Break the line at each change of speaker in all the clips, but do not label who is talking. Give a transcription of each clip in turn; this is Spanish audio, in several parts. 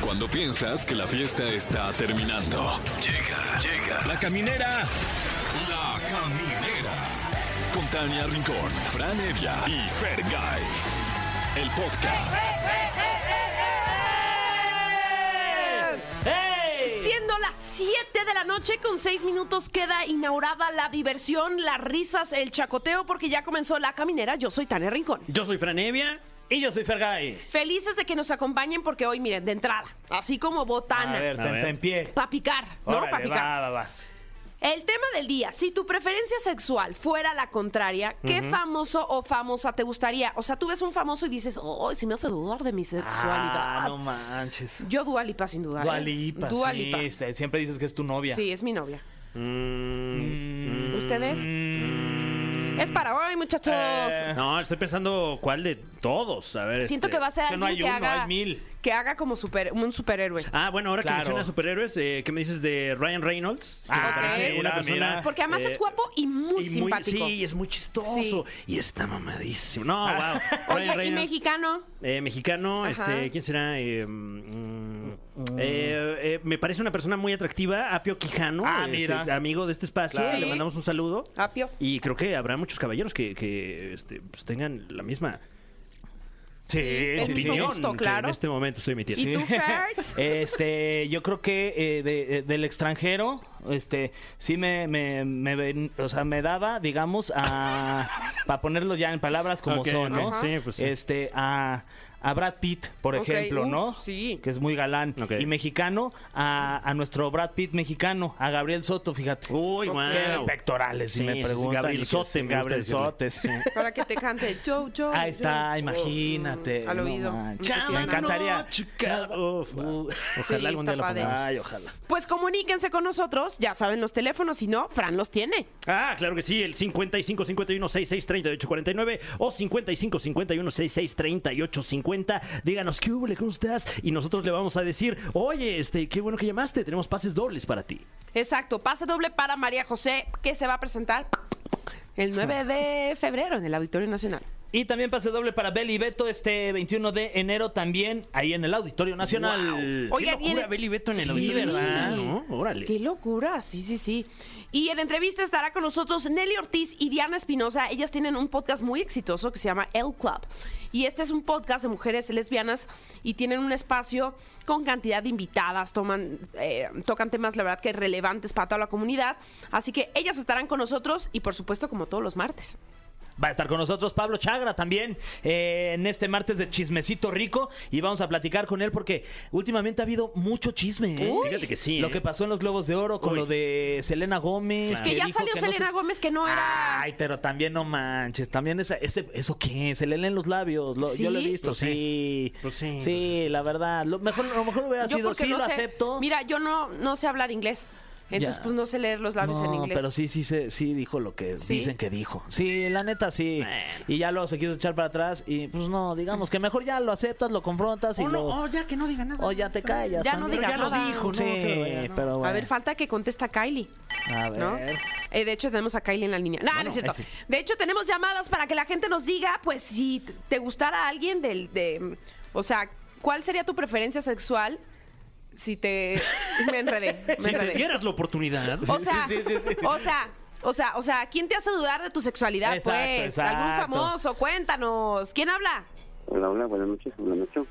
Cuando piensas que la fiesta está terminando. Llega, llega. La caminera. La caminera. Con Tania Rincón, Fran Evia y Fer El podcast.
Siendo las 7 de la noche, con 6 minutos queda inaugurada la diversión, las risas, el chacoteo, porque ya comenzó la caminera. Yo soy Tania Rincón.
Yo soy Franevia y yo soy Fergay.
Felices de que nos acompañen porque hoy, miren, de entrada, así como botana.
A ver,
A
ten-
ver.
ten pie.
Pa' picar, ¿no?
Órale,
Pa' picar.
va, va, va.
El tema del día, si tu preferencia sexual fuera la contraria, ¿qué famoso o famosa te gustaría? O sea, tú ves un famoso y dices, oh, si me hace dudar de mi sexualidad.
Ah, no manches.
Yo Dualipa, sin dudar. ¿eh?
Dualipa,
Dua
sí,
Lipa.
este, siempre dices que es tu novia.
Sí, es mi novia.
Mm.
¿Ustedes? Es para hoy, muchachos.
Eh,
No, estoy pensando cuál de todos. A ver.
Siento
este-
que va a ser
que
alguien
no
que
hay uno,
haga
hay mil.
que haga como super, un superhéroe.
Ah, bueno, ahora
Claro.
que menciona superhéroes, eh, ¿qué me dices de Ryan Reynolds? Que
Ah,
me parece
mira, mira.
Porque además
eh,
es guapo y muy
y
simpático.
sí, y es muy chistoso.
Sí.
Y está mamadísimo. No,
Ah.
wow.
Oye, y mexicano.
Eh, mexicano,
Ajá.
este, ¿quién será? Eh, mm, eh, eh, me parece una persona muy atractiva, Apio Quijano,
Ah,
este,
mira.
amigo de este espacio.
Claro.
Le
Sí.
mandamos un saludo.
Apio.
Y creo que habrá muchos caballeros que, que, este, pues, tengan la misma
sí,
el
sí,
mismo
sí.
opinión
gusto,
que
claro.
en este momento estoy emitiendo.
¿Y tú, Fertz?
Este, yo creo que eh, de- eh, del extranjero, este, sí me, me, me ven- o sea, me daba, digamos, a para ponerlo ya en palabras como
Ok,
son, ¿no?
ok, sí, pues sí.
Este, a, a Brad Pitt, por
Ok,
ejemplo,
uf,
¿no?
sí.
Que es muy galán
Ok.
y mexicano, a, a nuestro Brad Pitt mexicano, a Gabriel Soto, fíjate.
Uy,
Qué
wow.
pectorales, si
Sí, sí,
me
sí,
preguntan.
Gabriel
Y que
Sote,
sí,
me gusta
Gabriel
decirle.
Sotes.
Para que te cante. Yo, yo.
Ahí está,
yo. Oh,
imagínate.
Al
no
oído.
manches,
Impresionante.
me encantaría.
Sí,
uh, ojalá algún
está
día lo
padre.
pongamos.
Ay, ojalá.
Pues comuníquense con nosotros, ya saben los teléfonos, si no, Fran los tiene.
Ah, claro que sí, el 55 51 66 38 49 o 55 51 66 38 50. Díganos, ¿qué hubo? ¿Cómo estás? Y nosotros le vamos a decir, oye, este, qué bueno que llamaste, tenemos pases dobles para ti.
Exacto, pase doble para María José, que se va a presentar el 9 de febrero en el Auditorio Nacional.
Y también pase doble para Beli y Beto este 21 de enero también ahí en el Auditorio Nacional.
Wow. Oigan,
qué
y en
locura,
el-
Beli Beto en el
Sí,
auditorio.
¿verdad?
¿no? Órale.
¡Qué locura! Sí, sí, sí. Y en entrevista estará con nosotros Nelly Ortiz y Diana Espinosa. Ellas tienen un podcast muy exitoso que se llama El Club. Y este es un podcast de mujeres lesbianas y tienen un espacio con cantidad de invitadas, toman, eh, tocan temas, la verdad, que relevantes para toda la comunidad. Así que ellas estarán con nosotros y, por supuesto, como todos los martes.
Va a estar con nosotros Pablo Chagra también eh, en este martes de Chismecito Rico y vamos a platicar con él porque últimamente ha habido mucho chisme. ¿eh?
Uy. Fíjate que sí,
Lo
¿eh?
que pasó en los Globos de Oro con
Uy.
lo de Selena Gómez.
Claro.
Que ya
dijo
salió
no
Selena
se-
Gómez, que no era.
Ay, pero también no manches, también esa, ese, eso qué, se le leen los labios, lo- yo lo he
¿Sí?
visto,
Pues
sí,
Pues sí,
sí, la verdad, lo mejor, lo mejor hubiera sido,
porque
sí lo
sé-
acepto,
Mira, yo no, no sé hablar inglés. Entonces,
Ya.
pues no sé leer los labios en
No,
inglés.
pero sí, sí, se- sí dijo lo que
¿Sí?
dicen que dijo. Sí, la neta sí.
Bueno.
Y ya luego se quiso echar para atrás y pues no, digamos que mejor ya lo aceptas, lo confrontas y
O no,
lo...
o ya que no diga nada.
o ya te callas.
Ya no
también.
digas
Pero ya
nada.
lo dijo, ¿no?
Sí,
pero bueno.
A ver, falta que contesta Kylie.
A ver.
¿no? Eh, de hecho, tenemos a Kylie en la línea. No, no es cierto. De hecho, tenemos llamadas para que la gente nos diga, pues, si t- te gustara alguien del. De, o sea, ¿cuál sería tu preferencia sexual si te. Me enredé. Me
Si te
enredé.
dieras la oportunidad.
O sea, o sea. O sea, o sea, ¿quién te hace dudar de tu sexualidad?
Exacto,
pues, algún
exacto.
famoso, cuéntanos. ¿Quién habla?
Hola, hola, buenas noches, buenas noches.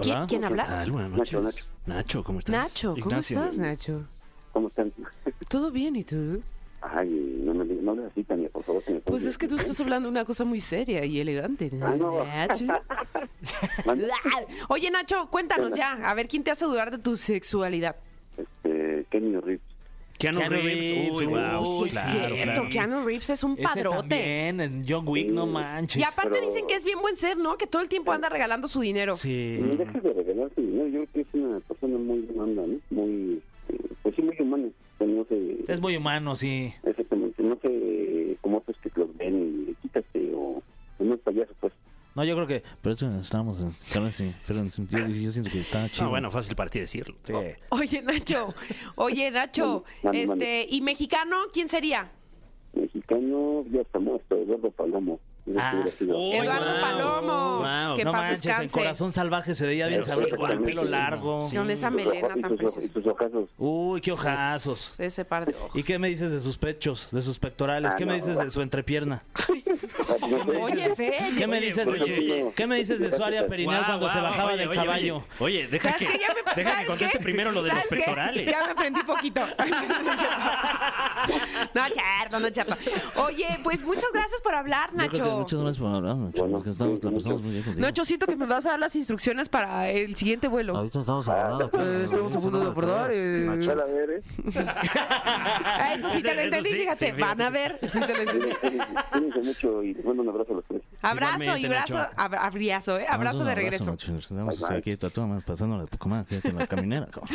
¿Quién, quién habla?
Ah, buenas
Nacho,
noches. Nacho, ¿cómo estás?
Nacho, ¿cómo
Ignacio.
estás, Nacho?
¿Cómo están?
¿Todo bien y tú?
Ay, no me no hables así, Tania, por favor. que me pongo-
Pues es que tú estás hablando una cosa muy seria y elegante.
Ah, no.
Nacho.
Mande.
Oye, Nacho, cuéntanos ya. A ver, ¿quién te hace dudar de tu sexualidad?
Este, Kenny Reeves.
Keanu,
Keanu
Reeves.
Reeves,
Uy, wow.
uy,
sí,
Pues es
claro,
cierto,
claro.
Keanu Reeves es un
Ese
padrote. Mm.
también, en John Wick, no manches.
Y aparte
pero-
dicen que es bien buen ser, ¿no? Que todo el tiempo anda regalando su dinero.
Sí.
Y deja de regalar su dinero. Yo creo que es una persona muy humana, ¿no? Muy, eh, pues sí, muy humana. O sea, No sé,
Es muy humano, sí.
exactamente, no sé como otros que los ven y quítate o unos payasos, pues.
No, yo creo que... Pero esto estamos... sí, yo, siento que está
No, bueno, fácil para ti decirlo.
Oye, Nacho. Oye, Nacho.
Mande, mande.
este, ¿y mexicano quién sería?
Mexicano, ya está muerto, Eduardo Palomo. Yo
Ah.
hubiera sido-
Oh,
Eduardo
wow,
Palomo.
wow.
que
no
paz
manches, el
descanse.
corazón salvaje se veía bien
Eso,
sabroso con el pelo
exactamente.
largo.
Con esa
Y tus ojo-
melena tan
y tus ojo-
preciosa.
Y tus ojazos.
Uy, qué ojazos.
Ese par de ojos.
¿Y qué me dices de sus pechos, de sus pectorales?
Ah,
¿Qué me
no.
dices de su entrepierna?
Oye, Fer.
¿Qué me
Oye,
dices de
pues,
oye,
su,
oye.
¿qué me dices de su área perineal
Guau,
cuando se
guau,
bajaba
oye,
del
oye,
caballo?
Oye, oye, deja
¿Sabes
que,
qué? Ya me,
deja que
¿sabes
conteste
qué?
primero lo de los
¿Sabes qué?
pectorales.
Ya me prendí poquito. no, charto, no, charto. Oye, pues muchas gracias por hablar,
Yo creo que
Nacho.
muchas gracias por hablar, Nacho.
Bueno,
porque estamos, la
sí,
pasamos
mucho.
muy bien contigo.
Nacho, siento que me vas a dar las instrucciones para el siguiente vuelo.
Ahorita estamos hablando. pues,
Eh,
estamos a punto de abordar.
Van a ver, ¿eh?
Ah, eso sí te
Eso
lo entendí,
sí,
fíjate.
sí, fíjate.
Van a ver. Sí te lo entendí.
Cuídense mucho y les mando un abrazo a los tres.
Abrazo y
Igualmente,
brazo,
Nacho.
ab- abriazo, ¿eh? Abrazo de regreso.
Estamos aquí, tatuado más pasándola de poco más que en la caminera. cabrón.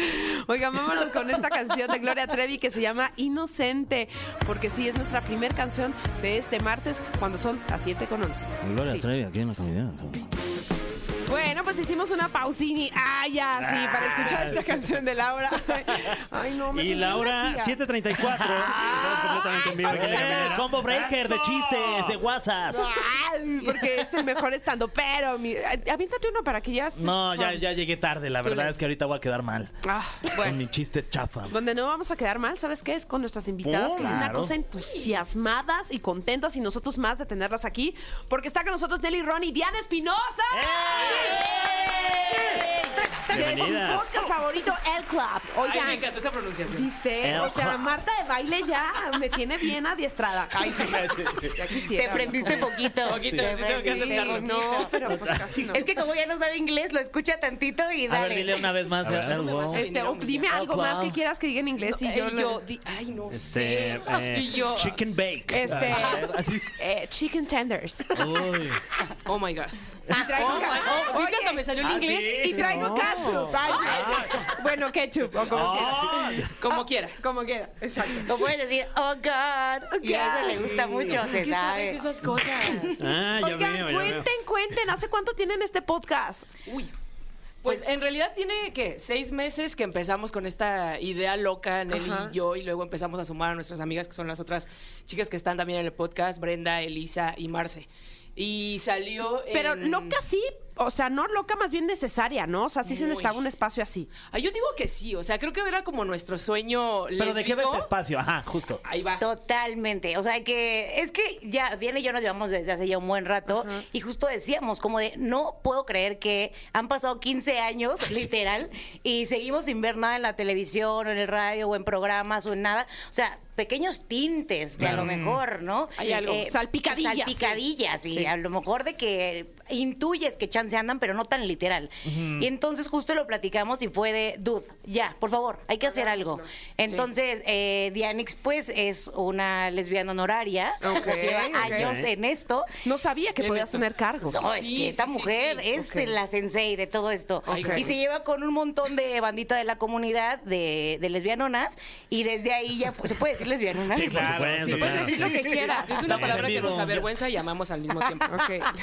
Oigan, vámonos con esta canción de Gloria Trevi que se llama Inocente, porque sí, es nuestra primer canción de este martes cuando son las 7 con 11.
Gloria
Sí.
Trevi aquí en la caminera. cabrón.
Bueno, pues hicimos una pausini. Ah, ya, sí, para escuchar esta canción de Laura. Ay, no,
Pues,
me
Y
sentí una
Laura,
tía.
7.34. Estamos completamente en vivo aquí en la caminera.
Combo breaker de chistes, de guasas.
Ay, porque es el mejor estando, pero mi... Ay, aviéntate uno para que ya se-
No, ya, ya llegué tarde. La
Tú
verdad
le-
es que ahorita voy a quedar mal.
Ah,
Con
bueno.
mi chiste chafa.
Donde no vamos a quedar mal, ¿sabes qué? Es con nuestras invitadas, que es una
Oh, Claro.
cosa entusiasmadas y contentas y nosotros más de tenerlas aquí, porque está con nosotros Nelly Ron y Diana Espinosa.
¡Eh!
Sí. Tra- tra- Es
Bienvenidas.
su podcast favorito, El Club.
Ay, me
Oigan,
encanta esa pronunciación.
¿viste?
El
o sea,
Club.
Marta de baile ya me tiene bien adiestrada. Ay, sí, ya quisiera.
Te prendiste poquito.
Poquito, sí, tengo que
Sí,
aceptarlo.
no, pero pues casi no.
Es que como ya no sabe inglés, lo escucha tantito y
A
dale.
ver, dile una vez más.
ver,
el-
no me
wow.
vas a-
Este, o dime
El
algo más
Club.
que quieras que diga en inglés y
Eh,
yo,
y
lo-
yo di- ay, no
Este,
sé.
eh,
y yo,
Chicken Bake.
Este,
A ver, así.
eh, chicken tenders.
Uy.
oh my God.
Y traigo
Oh, my-
ca-
oh, ¿Viste
Oye,
hasta me salió el
ah,
inglés?
sí.
Y traigo
No.
ketchup. Ay, sí. Bueno, ketchup o como quiera.
¡Ay!
Como quiera.
Como quiera, exacto.
Lo puedes decir, oh God. Y a eso le gusta mucho, se
¿Qué sabes de
sabe.
esas cosas?
Ah, ya
Oigan,
veo, ya veo.
cuenten, cuenten. ¿Hace cuánto tienen este podcast?
Uy. Pues en realidad tiene que seis meses que empezamos con esta idea loca, Nelly
Ajá.
y yo, y luego empezamos a sumar a nuestras amigas, que son las otras chicas que están también en el podcast, Brenda, Elisa y Marce. Y salió.
Pero
en-
loca sí, o sea, no loca, más bien necesaria, ¿no? O sea, sí se
Muy.
necesitaba un espacio así.
Ay, Ah, yo digo que sí, o sea, creo que era como nuestro sueño.
Pero ¿de qué ves
lésbico.
este espacio? Ajá, justo.
Ahí va.
Totalmente. O sea que es que ya Diana y yo nos llevamos desde hace ya un buen rato y justo decíamos como de no puedo creer que han pasado 15 años literal y seguimos sin ver nada en la televisión o en el radio o en programas o en nada. O sea, pequeños tintes de a lo mejor, ¿no? eh,
Hay algo.
Salpicadillas.
Salpicadillas y
Sí.
a lo mejor de que intuyes que chance andan, pero no tan literal. Y entonces justo lo platicamos y fue de, dude, ya, por favor, hay que hacer algo. Entonces, eh, Dianix, pues, es una lesbiana honoraria.
Ok,
Lleva
ok.
años en esto.
No sabía que
Bien
podías
esto.
tener cargos.
No, es
Sí,
que esta
sí, sí,
mujer
sí.
es
Ok.
la sensei de todo esto.
Ay,
y
gracias.
se lleva con un montón de bandita de la comunidad de, de lesbianonas. Y desde ahí ya fue- se puede decir lesbianona.
Sí,
Por
claro.
supuesto,
sí,
claro.
claro.
Decir lo que quieras.
Es una
Estamos
palabra
en
que
vivo.
nos avergüenza y amamos al mismo tiempo.
Ok.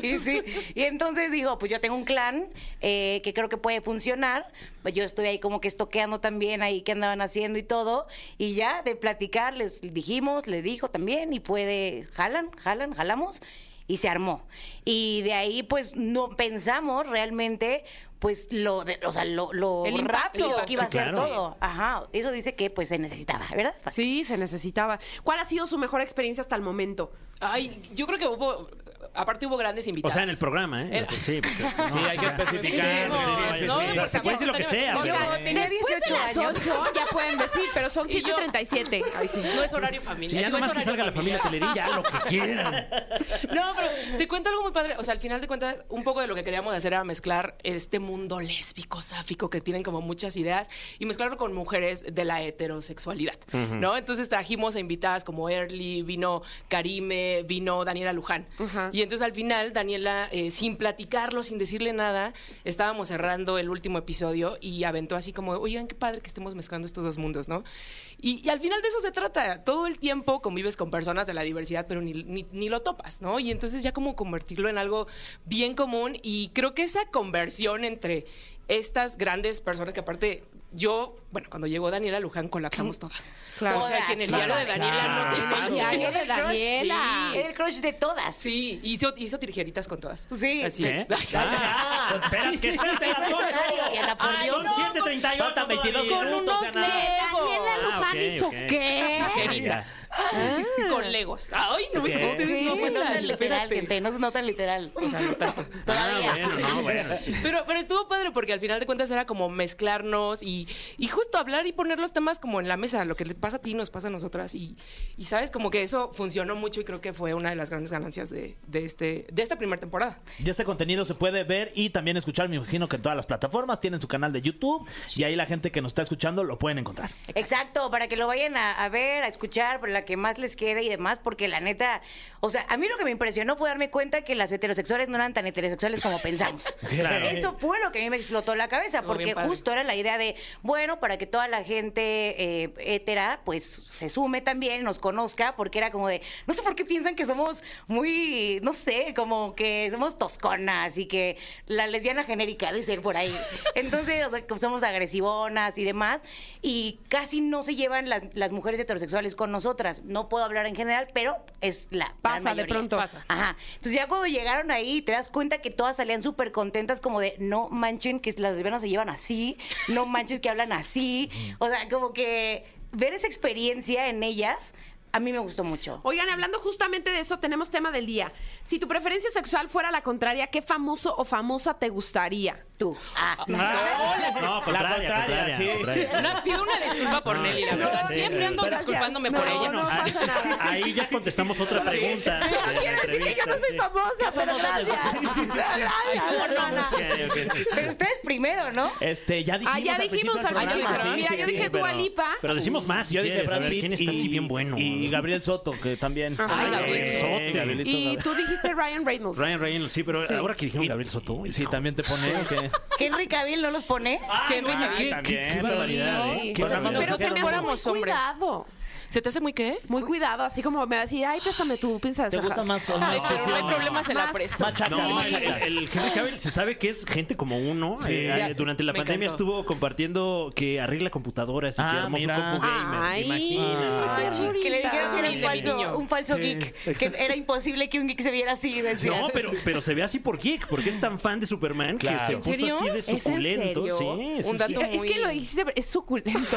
Sí, sí. Y entonces digo, pues yo tengo un clan eh, que creo que puede funcionar. Pues yo estoy ahí como que estoqueando también ahí qué andaban haciendo y todo. Y ya de platicar les dijimos, les dijo también y fue de jalan, jalan, jalamos y se armó. Y de ahí pues no pensamos realmente pues lo, de- o sea, lo, lo
El impacto.
rápido que iba a
Sí,
ser
claro.
todo. Ajá, eso dice que pues se necesitaba, ¿verdad?
Sí, se necesitaba. ¿Cuál ha sido su mejor experiencia hasta el momento?
Ay, yo creo que hubo. Aparte hubo grandes
O
invitados.
sea, en el programa, ¿eh?
El-
Sí, porque-
Sí, hay que especificar.
Muchísimos,
sí, sí,
¿no?
sí, sí.
Porque
puedes decir lo que sea.
O sea,
pero-
Después
tenía
de
18
las
años.
8 ya pueden decir, pero son
Y yo-
7.37. Ay, sí.
No es horario familiar.
Si ya
digo, es
nomás que
horario
salga la familia Telerín,
familiar.
ya lo que quieran.
No, pero te cuento algo muy padre. O sea, al final de cuentas, un poco de lo que queríamos hacer era mezclar este mundo lésbico, sáfico, que tienen como muchas ideas, y mezclarlo con mujeres de la heterosexualidad, ¿no? Entonces trajimos a invitadas como Early, vino Karime, vino Daniela Luján.
Ajá.
Y entonces al final, Daniela, eh, sin platicarlo, sin decirle nada, estábamos cerrando el último episodio y aventó así como, oigan, qué padre que estemos mezclando estos dos mundos, ¿no? Y, y al final de eso se trata. Todo el tiempo convives con personas de la diversidad, pero ni, ni- ni lo topas, ¿no? Y entonces ya como convertirlo en algo bien común y creo que esa conversión entre estas grandes personas que aparte yo, bueno, cuando llegó Daniela Luján colapsamos todas.
Claro.
O sea, que en el diario de Daniela no
Claro.
tiene
El diario de
Era el crush,
Daniela.
sí, era el crush de todas.
Sí, hizo, hizo tijeritas con todas.
Pues
Sí.
Así
¿Qué?
¿eh?
es.
Ah, espérate, que espérate, las dos.
Ay, Ana, por
Ay,
Dios.
son 7.38, 22
Con
minutos. o
unos
sea,
Legos.
nada.
Daniela
Ah,
Luján
ok,
hizo
ok. Ah,
qué.
Tijeritas. Con legos. Ay, no, es que
Ok.
ustedes no,
Sí,
bueno,
no tan literal,
espérate.
gente, no, no tan literal.
O sea, no tanto.
Ah,
Todavía.
bueno, no, bueno.
Pero, pero estuvo padre porque al final de cuentas era como mezclarnos y, y justo hablar y poner los temas como en la mesa. Lo que le pasa a ti nos pasa a nosotras. Y, y sabes, como que eso funcionó mucho y creo que fue una de las grandes ganancias de, de este, de esta primera temporada.
Y este contenido se puede ver y también escuchar, me imagino que en todas las plataformas tienen su canal de YouTube y ahí la gente que nos está escuchando lo pueden encontrar.
Exacto. para que lo vayan a, a ver, a escuchar, por la que más les quede y demás, porque la neta, o sea, a mí lo que me impresionó fue darme cuenta que las heterosexuales no eran tan heterosexuales como pensamos.
Claro.
Eso fue lo que a mí me explotó la cabeza,
Estuvo
porque
bien padre.
justo era la idea de, bueno, para que toda la gente eh, hetera, pues se sume también, nos conozca, porque era como de, no sé por qué piensan que somos muy, no sé, como que somos tosconas y que la lesbiana genérica de ser por ahí. Entonces, o sea, que somos agresivonas y demás, y casi no se llevan las, las mujeres heterosexuales con nosotras. No puedo hablar en general, pero es la gran
Pasa de
mayoría.
pronto.
Pasa.
Ajá. Entonces ya cuando llegaron ahí, te das cuenta que todas salían súper contentas como de, no manchen que las lesbianas se llevan así, no manches que hablan así. O sea, como que ver esa experiencia en ellas, a mí me gustó mucho.
Oigan, hablando justamente de eso, tenemos tema del día. Si tu preferencia sexual fuera la contraria, ¿qué famoso o famosa te gustaría?
Tú. Ah.
No, contraria,
La
contraria.
contraria, sí.
contraria.
Una- pido una disculpa por
No,
Nelly, la
sí,
verdad.
sí,
Siempre
sí.
ando
Gracias.
disculpándome por
No,
ella.
no
Ah,
pasa nada.
Ahí ya contestamos otra pregunta.
Sí,
de la
quiero decir que yo no soy
entrevista,
famosa, pero gracias. Gracias, hermana.
sí. Ok, ok.
Pero ustedes primero, ¿no?
Este, ya dijimos
Ah, ya
al principio
dijimos
del
al
programa.
principio.
Ah, ya
Mira,
sí,
yo
sí,
dije Dua Lipa.
Pero decimos más. si
Yo dije
quieres, a
Brad
ver,
Pitt
¿Quién está
y-
así bien bueno?
Y Gabriel Soto, que también.
Ay, Gabriel
eh,
Soto.
Soto.
Gabrielito
Y
Gabriel.
tú dijiste Ryan Reynolds.
Ryan Reynolds, sí, pero
Sí.
ahora que dijeron Gabriel Soto.
Sí,
hijo.
también te pone. ¿o qué?
Que Henry Cavill no los pone.
Henry,
oye,
qué-
también.
qué- qué barbaridad, ¿eh? Qué
O sea, si
barbaridad.
pero se me hace muy
fuéramos hombres.
cuidado.
¿Se te hace muy qué?
Muy cuidado, así como me va a decir, ay, préstame tu pinza de
¿Te gusta
cejas.
más o
Ay,
más?
pero no hay problema, se la
Más-
presta.
más chaca,
No,
más
el,
chaca.
el- el Henry Cavill se sabe que es gente como uno. eh,
Ya.
durante la
Me
pandemia
encantó.
estuvo compartiendo que arregla computadoras y
Ah,
que armó
mira.
su compu gamer.
Ay,
Imagina.
qué bonita.
Que le dijeron que era un
Humilde, mi niño.
falso, un falso
Sí,
geek. Que era imposible que un geek se viera así. decía.
No, pero, pero se ve así por geek, porque es tan fan de Superman que
Claro.
se
¿En
puso
serio?
así de
¿Es en
suculento.
serio?
Sí, sí,
Un dato
Sí, Es que
muy-
lo dijiste, es suculento.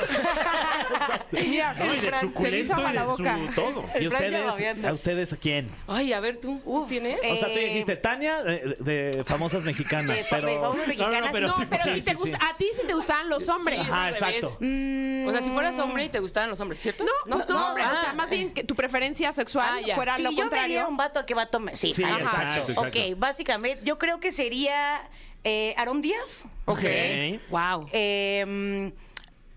Mira,
No, y
el
de
Fran se le hizo
suculento
agua
y de
la boca.
su todo.
¿Y
El plan ya va
ustedes?
viendo.
¿A ustedes a quién?
Ay, a ver tú. ¿Tú
Uf.
tienes?
O sea, tú
Eh,
dijiste Tania eh, de, famosas mexicanas,
de-
pero
de famosas mexicanas.
No, no, pero
No,
sí,
pero
sí,
si te
sí,
gusta, a ti sí te gustaban los hombres.
Sí,
Ajá,
es al revés.
exacto.
O sea, si fueras hombre y te gustaran los hombres, ¿cierto?
No, no, no, hombre, o sea,
ah.
más bien que tu preferencia
Ah,
sexual
ya.
fuera
si
lo
yo me diera
contrario.
un vato, ¿a qué vato me...? Sí,
Sí,
ajá.
exacto, exacto.
Ok, básicamente, yo creo que sería eh, Aarón Díaz.
Ok.
Wow.
Eh,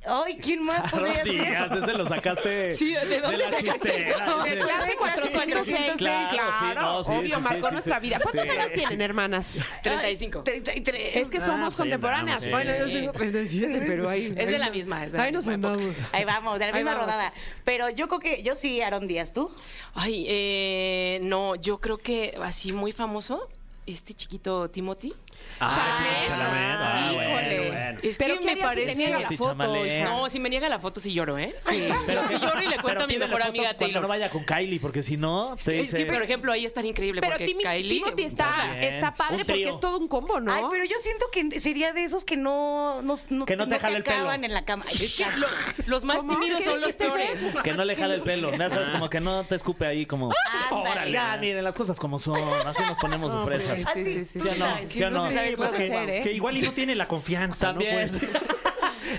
ay, ¿quién más podría ser?
Rodríguez, ese lo sacaste.
Sí, ¿de dónde
la
sacaste
chistera,
eso?
sí.
De clase 406, claro,
Claro, sí, no, sí,
obvio,
sí,
marcó
sí, sí,
nuestra
sí.
vida. ¿Cuántos
Sí.
años tienen, hermanas?
35.
33.
Es que somos
sí,
contemporáneas.
andamos, sí.
Bueno, yo tengo 37, pero ahí.
Es de la misma, es de la
Ahí nos
misma época.
andamos.
Ahí vamos, de la
Ahí
misma
vamos.
rodada. Pero yo creo que... Yo sí, Aarón Díaz. ¿Tú?
Ay, eh, no, yo creo que así muy famoso, este chiquito Timothy.
Ah,
Chalamet.
Chalamet. Ah,
Híjole.
bueno, bueno.
Es
Pero
que
¿qué
me
harías si te
parece.
niega la
Sí,
foto,
chamale.
hija?
No, si me niega la foto, sí lloro, ¿eh? Sí,
Pero
sí lloro y le cuento a mi
pídele
mejor
fotos
amiga
Cuando
Taylor.
no vaya con Kylie, porque si no,
Es
se
que- es que,
dice-
por ejemplo, ahí está increíble
Pero
porque
Timi-
Kylie.
Timothy está,
también.
está padre
Un
porque
trío.
es todo un combo, ¿no?
Ay, pero yo siento que sería de esos que no... No,
Que no te jala el pelo.
acaban en la cama. Ay, ya.
Los más
¿Cómo?
tímidos
¿Qué
son los
dijiste?
peores.
que no le jale el pelo. Ya sabes, como que no te escupe ahí como.
Ah,
Ándale.
Ya, miren, las cosas como son. Así nos ponemos de fresas.
Ah, sí, sí,
Ya no,
sabes,
ya
tú
no.
sabes
Sí,
cómo
pues, que,
ser, ¿eh?
que igual y no tiene la confianza, ¿no?
También.
Pues,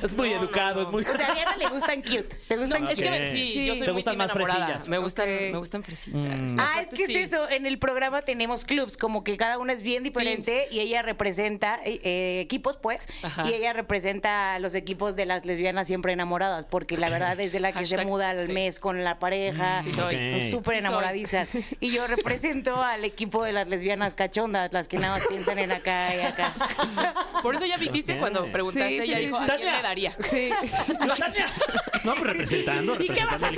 Es muy educado, es muy.
Pues
O sea, a Diana le gustan cute. ¿Te
Ah,
gustan
Es
cute?
que me- sí,
Sí.
yo soy
¿Te
muy
gustan
team
más
enamorada.
fresillas?
Me gustan,
Ok.
me gustan fresitas.
Ah, es que
Sí.
es eso. En el programa tenemos clubs, como que cada una es bien diferente y ella representa eh, eh, equipos, pues,
Ajá.
y ella representa a los equipos de las lesbianas siempre enamoradas, porque la verdad es de la que se
Hashtag,
muda al
sí. Mm,
mes con la pareja.
Sí, soy.
ok.
Son súper
Sí soy.
enamoradizas. Y yo represento al equipo de las lesbianas cachondas, las que nada más piensan en acá y acá.
Por eso ya viviste
Ok.
cuando preguntaste,
Sí, sí,
ella
sí,
dijo,
sí.
¿a quién le daría?
Sí.
No, pero representando,
¿Y qué vas
representando
a
al
hacer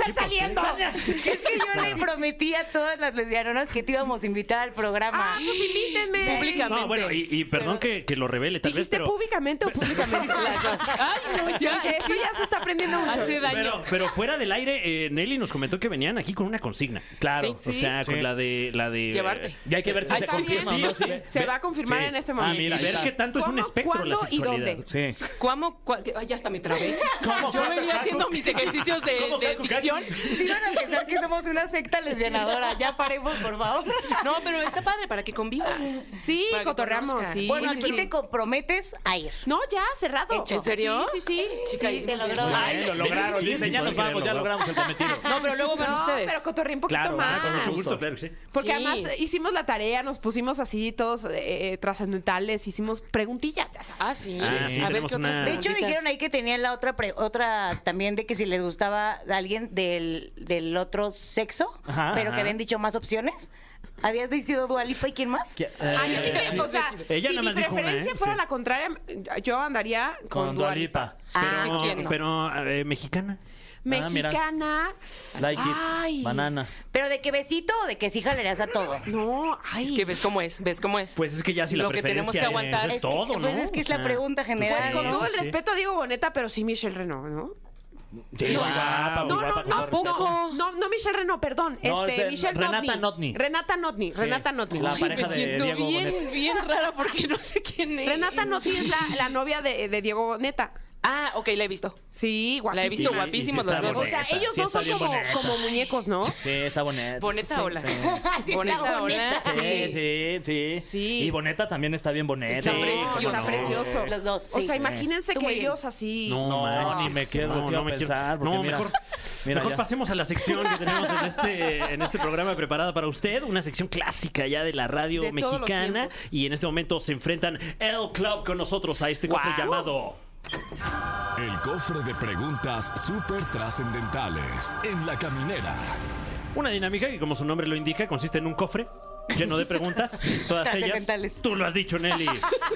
saliendo?
equipo.
Es que yo le prometí a todas las lesbianonas que te íbamos a invitar al programa.
Ah, pues invítenme.
Públicamente.
No, bueno, y, y perdón que, que lo revele, tal vez,
¿Dijiste
pero...
públicamente o públicamente? Las dos. Ay, no, ya. Esto ya se está aprendiendo mucho.
Hace daño.
Pero, pero fuera del aire, eh, Nelly nos comentó que venían aquí con una consigna.
Claro.
O
Sí,
sea,
sí.
con la de... La de
Llevarte.
Ya hay que ver si
Ahí
se
Está bien.
confirma o no. sí.
Se va a confirmar
Sí.
en este
Ah,
momento.
mira, y ver qué tanto es un
¿Cómo,
espectro la
cuándo y
sexualidad.
dónde?
Sí.
¿Cómo? cua- Ay, ya hasta me trabé. Yo venía haciendo mis ejercicios de, de ficción.
Si van a pensar que somos una secta lesbianadora, ya paremos, por favor.
No, pero está padre para que convivas.
Sí,
Para que
cotorreamos.
conozcas.
Sí.
Bueno,
Sí,
aquí
sí.
te comprometes a ir.
No, ya, cerrado.
Hecho.
¿En serio?
Sí, sí, sí.
Chica,
Sí,
hicimos
te
bien.
logró.
Muy bien.
Ay, lo lograron.
sí, sí,
Dicen,
sí,
ya
puedes
nos
creerlo,
vamos, ya
¿no?
logramos el cometido.
No, pero luego van
No,
ustedes.
pero cotorreé un poquito
Claro,
más.
ah, con
Mucho gusto, claro que sí.
Porque
Sí.
además hicimos la tarea, nos pusimos así todos eh, trascendentales, hicimos preguntillas. ya sabes.
Ah, sí.
Ah, sí,
a ver
tenemos
qué otras
una-
De hecho,
preguntitas.
dijeron ahí que tenían la otra pre- otra también de que si les gustaba a alguien del, del otro sexo,
Ajá,
pero
ajá.
que habían dicho más opciones. ¿Habías decidido Dualipa y quién más?
¿Qué- eh,
Ah, yo dije, o sea,
Ella
si
nada
mi
más dijo una,
preferencia
¿eh?
fuera
Sí.
la contraria, yo andaría con,
Con
Dua Lipa.
Dualipa.
Ah,
es que quién
Pero,
no.
pero, eh, mexicana.
Mexicana.
Ah, mira. Like
Ay.
it. Banana.
¿Pero de qué besito o de que sí jalerías a todo?
No, ay.
Es que ves cómo es, ves cómo es.
Pues es que ya si la
Lo que tenemos que
preferencia
aguantar
es,
Es que-
todo, ¿no?
pues es que es la pregunta general.
Pues con
Sí,
todo el
sí, sí.
respeto a Diego Boneta, pero sí Michelle Renault, ¿no?
Sí, muy guapa, muy
No,
guapa,
no,
con
no,
todo respeto.
no, no, no Michelle Renault, perdón.
No,
este,
es de-
Michelle
Renata
Notni.
Notni.
Renata Notni. Renata pues Notni.
La
Ay,
pareja
me
de
siento
Diego
bien,
Bonet.
bien rara porque no sé quién es.
Renata Notni es la, la novia de, de Diego Boneta.
Ah, ok, la he visto.
Sí,
La he
guapísima.
visto
sí,
guapísimos
sí está
los
O
dos. ¿eh?
sea,
Boneta,
ellos
sí
dos
está
son
bien
como,
boneta.
como muñecos, ¿no?
Sí, está boneta.
Boneta o la.
Sí, está
Boneta o la.
bonita.
Sí, sí, sí,
Sí.
Y Boneta también está bien boneta.
Está
No,
precioso.
Está precioso.
Los dos,
O
sí.
sea, imagínense
Tú
que
muy bien.
ellos así.
No,
No,
manches,
ni me quiero-
no,
no quiero
no me
pensar, porque
no,
mira,
mejor,
mira
mejor
ya.
pasemos a la sección que tenemos en este, en este programa preparada para usted, una sección clásica ya de la radio
De todos los
mexicana.
tiempos.
Y en este momento se enfrentan el club con nosotros a este cofre llamado.
El cofre de preguntas súper trascendentales en la caminera.
Una dinámica que, como su nombre lo indica, consiste en un cofre lleno de preguntas, todas ellas.
Trascendentales.
Tú lo has dicho, Nelly.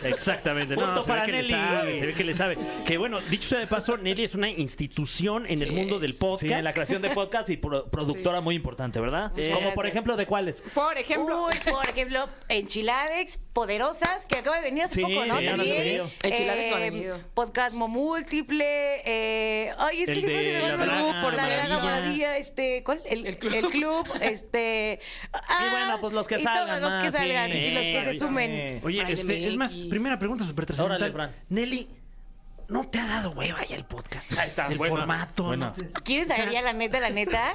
Exactamente.
Punto
se ve
para
que le
Nelly.
sabe, se ve que le sabe. Que bueno, dicho sea de paso, Nelly es una institución en el mundo del podcast.
Sí, en la creación de podcast y pro- productora muy importante, ¿verdad? Eh,
Como por ejemplo, ¿de cuáles?
Por ejemplo.
Uy, por ejemplo, enchiladex, poderosas, que acaba de venir hace
Sí,
poco, ¿no?
sí, ahora se
También.
vino.
Enchiladex no ha venido.
Podcast múltiple. Eh, ay, es que
El
siempre
de
se me va
La
el nombre.
Draga
la Draga
Maravilla.
Maravilla, este, ¿cuál? El,
El
el
club.
club. este. ah,
bueno, pues los que
y
salgan,
Todos los que
ah, sí.
salgan y los que se
Sí,
sumen.
Oye,
Ay,
este, es más,
MX.
primera pregunta súper trascendental.
Órale, Fran.
Nelly, ¿no te ha dado hueva ya el podcast? Ahí está, El
buena,
formato.
buena.
¿no te-
¿Quieres saber ya la neta, la neta?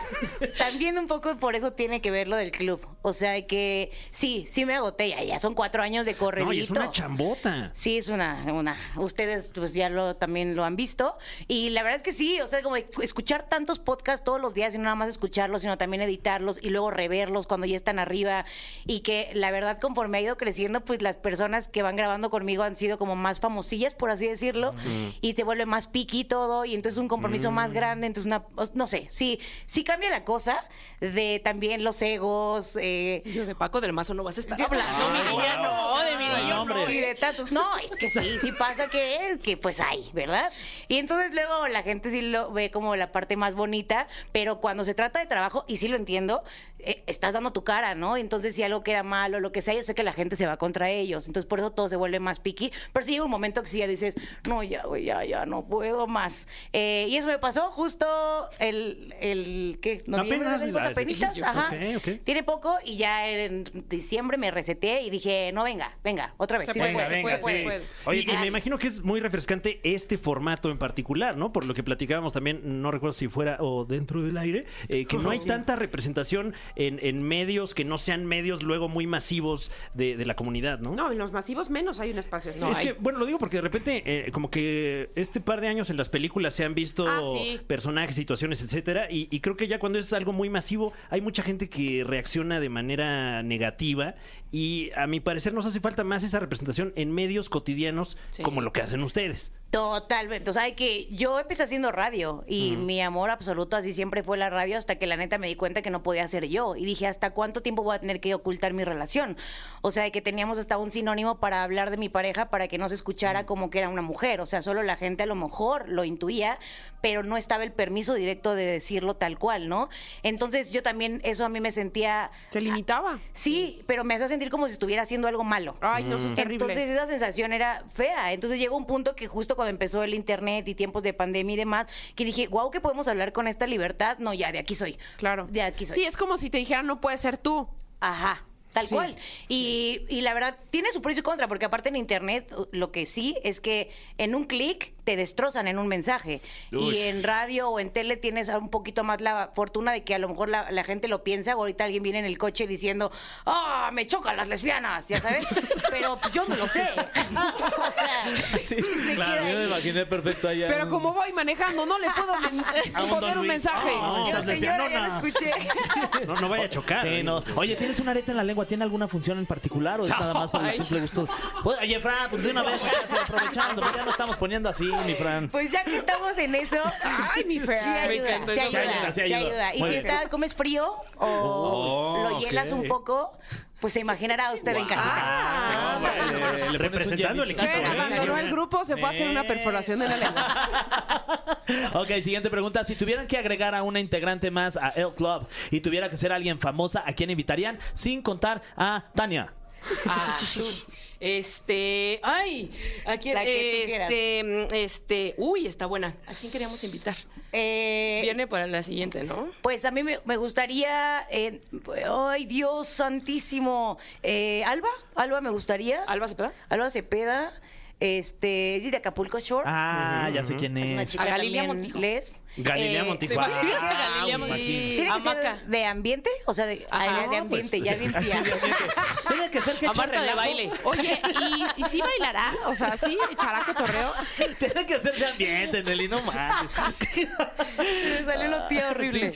También un poco por eso tiene que ver lo del club. O sea, de que sí, sí me agoté ya, ya son cuatro años de corredito.
No, y es una chambota.
Sí, es una, una. Ustedes pues ya lo también lo han visto. Y la verdad es que sí, o sea, como escuchar tantos podcasts todos los días y no nada más escucharlos, sino también editarlos y luego reverlos cuando ya están arriba. Y que la verdad, conforme ha ido creciendo, pues las personas que van grabando conmigo han sido como más famosillas, por así decirlo, y se vuelve más piqui todo, y entonces un compromiso más grande, entonces una, o- no sé, sí, sí cambia la cosa de también los egos, eh,
Yo de Paco del Mazo no vas a estar
Yo-
hablando.
Ah,
Ay,
mira, ya
guau.
no, de mí no,
Ay,
yo no.
hombre. Y de tantos. No, es que sí, sí pasa que es, que pues hay, ¿verdad? Y entonces luego la gente sí lo ve como la parte más bonita, pero cuando se trata de trabajo, y sí lo entiendo, eh, estás dando tu cara, ¿no? Entonces si algo queda mal o lo que sea, yo sé que la gente se va contra ellos. Entonces por eso todo se vuelve más piqui. Pero sí llega un momento que sí ya dices, no, ya, güey, ya, ya, no puedo más. Eh, y eso me pasó justo el, el ¿qué? Noviembre,
Apenas,
¿no?
ah,
Apenitas,
sí,
ajá.
ok, ok.
Tiene poco y ya en diciembre me reseté y dije, no, venga, venga, otra vez.
Se
sí
puede,
se
Venga,
se
venga,
puede,
sí.
se puede.
Oye,
Y-
y me imagino que es muy refrescante este formato en particular, ¿no? Por lo que platicábamos también, no recuerdo si fuera o dentro del aire, eh, que no hay tanta representación en, en medios que no sean medios luego muy masivos de, de la comunidad, ¿no?
No, en los masivos menos hay un espacio así.
es que, bueno, lo digo porque de repente, eh, como que este par de años en las películas se han visto
Ah, sí.
personajes, situaciones, etcétera, y, y creo que ya cuando es algo muy masivo, hay mucha gente que reacciona de manera negativa, y a mi parecer nos hace falta más esa representación en medios cotidianos
Sí.
como lo que hacen ustedes.
Totalmente. O sea, de que yo empecé haciendo radio y mi amor absoluto así siempre fue la radio hasta que la neta me di cuenta que no podía ser yo. Y dije, ¿hasta cuánto tiempo voy a tener que ocultar mi relación? O sea, de que teníamos hasta un sinónimo para hablar de mi pareja para que no se escuchara como que era una mujer. O sea, solo la gente a lo mejor lo intuía, pero no estaba el permiso directo de decirlo tal cual, ¿no? Entonces yo también, eso a mí me sentía...
¿Te limitaba?
Sí, pero me hacía sentir como si estuviera haciendo algo malo. Mm.
Ay, no, eso es terrible.
Entonces esa sensación era fea. Entonces llegó un punto que justo cuando empezó el internet y tiempos de pandemia y demás, que dije, wow, que podemos hablar con esta libertad. No, ya, de aquí soy.
claro.
De aquí soy.
Sí, es como si te dijeran no puedes ser tú.
Ajá. Tal
Sí,
cual. Y, y la verdad, tiene su pro y su contra, porque aparte en internet lo que sí es que en un clic te destrozan en un mensaje.
Uy.
Y en radio o en tele tienes un poquito más la fortuna de que a lo mejor la, la gente lo piensa. o Ahorita alguien viene en el coche diciendo, ¡ah, me chocan las lesbianas! Ya sabes. Pero pues, yo no lo sé. o sea, se
claro,
queda
yo me
ahí.
imaginé perfecto allá.
Pero
un-
como voy manejando, no le puedo men-
A un
poner
Don
un
Luis.
mensaje.
No,
Yo,
estás
señora, ya lo
lesbianona.
escuché.
No, no vaya a chocar.
Sí, no. Oye, ¿tienes un arete en la lengua? ¿Tiene alguna función en particular o es nada más para el
Ay.
simple gusto? Pues, oye, Fran, pues de una vez casi aprovechando, pero ya no estamos poniendo así, mi Fran.
Pues ya que estamos en eso,
Ay, mi
sí
fea.
Me
ayuda,
encantó
sí
eso.
ayuda,
Sí
ayuda, sí
sí
ayuda.
ayuda. Y
Muy
si
bien.
está, comes frío o
Oh,
lo hielas
ok.
un poco, pues se imaginará usted en casa.
Ah,
bueno,
bueno,
le pones un
representando el
hielito.
equipo.
Fer
Fran
¿eh?
abandonó el grupo, se fue a hacer una perforación de la lengua.
Ok, siguiente pregunta. Si tuvieran que agregar a una integrante más a El Club y tuviera que ser alguien famosa, ¿a quién invitarían? Sin contar a Tania.
Ay, este, ay, ¿a quién?
La que tú quieras.
este, mm, este, uy, está buena. ¿A quién queríamos invitar?
Eh,
Viene para la siguiente, ¿no?
Pues a mí me, me gustaría, eh, ay Dios santísimo, eh, Alba, Alba me gustaría,
Alba Cepeda.
Alba Cepeda, este, es de Acapulco Shore,
Ah, ya sé quién
es una
es.
chica
A Galilea
también
Montijo.
inglés.
Galilea
Eh,
¿Te
Montijo.
imaginas a
me
Galilea Montijo?
Tiene que
Hamaca.
ser de ambiente, o sea, de,
Ajá,
de ambiente, ya limpia.
Ah,
Tiene que ser que
Ah,
A
echa
Marta de
relajo.
baile.
Oye, ¿y, ¿y sí bailará? O sea, ¿sí echará cotorreo?
Tiene que ser de ambiente, Nelly, no más.
Me salió lo tía horrible.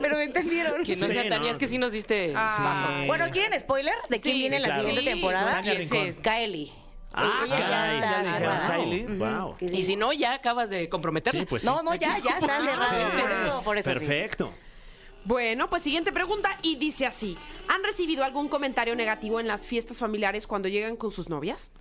Pero me entendieron.
Que no
Sí,
sea
no.
Tania, es que sí nos diste.
Ah,
Bueno, ¿quieren spoiler de quién
Sí,
viene
sí,
la
claro.
siguiente
Sí,
temporada?
no empieces.
Kylie.
Ah,
Ella ya
caray,
está
ya le dijeron,
cerrada.
Kylie,
Ujú.
wow.
Que sí.
Y si no, ya acabas de comprometerla.
Sí, pues sí.
No, no, ya, ya está cerrado. Por eso, por eso sí.
Perfecto.
Bueno, pues siguiente pregunta y dice así. ¿Han recibido algún comentario negativo en las fiestas familiares cuando llegan con sus novias?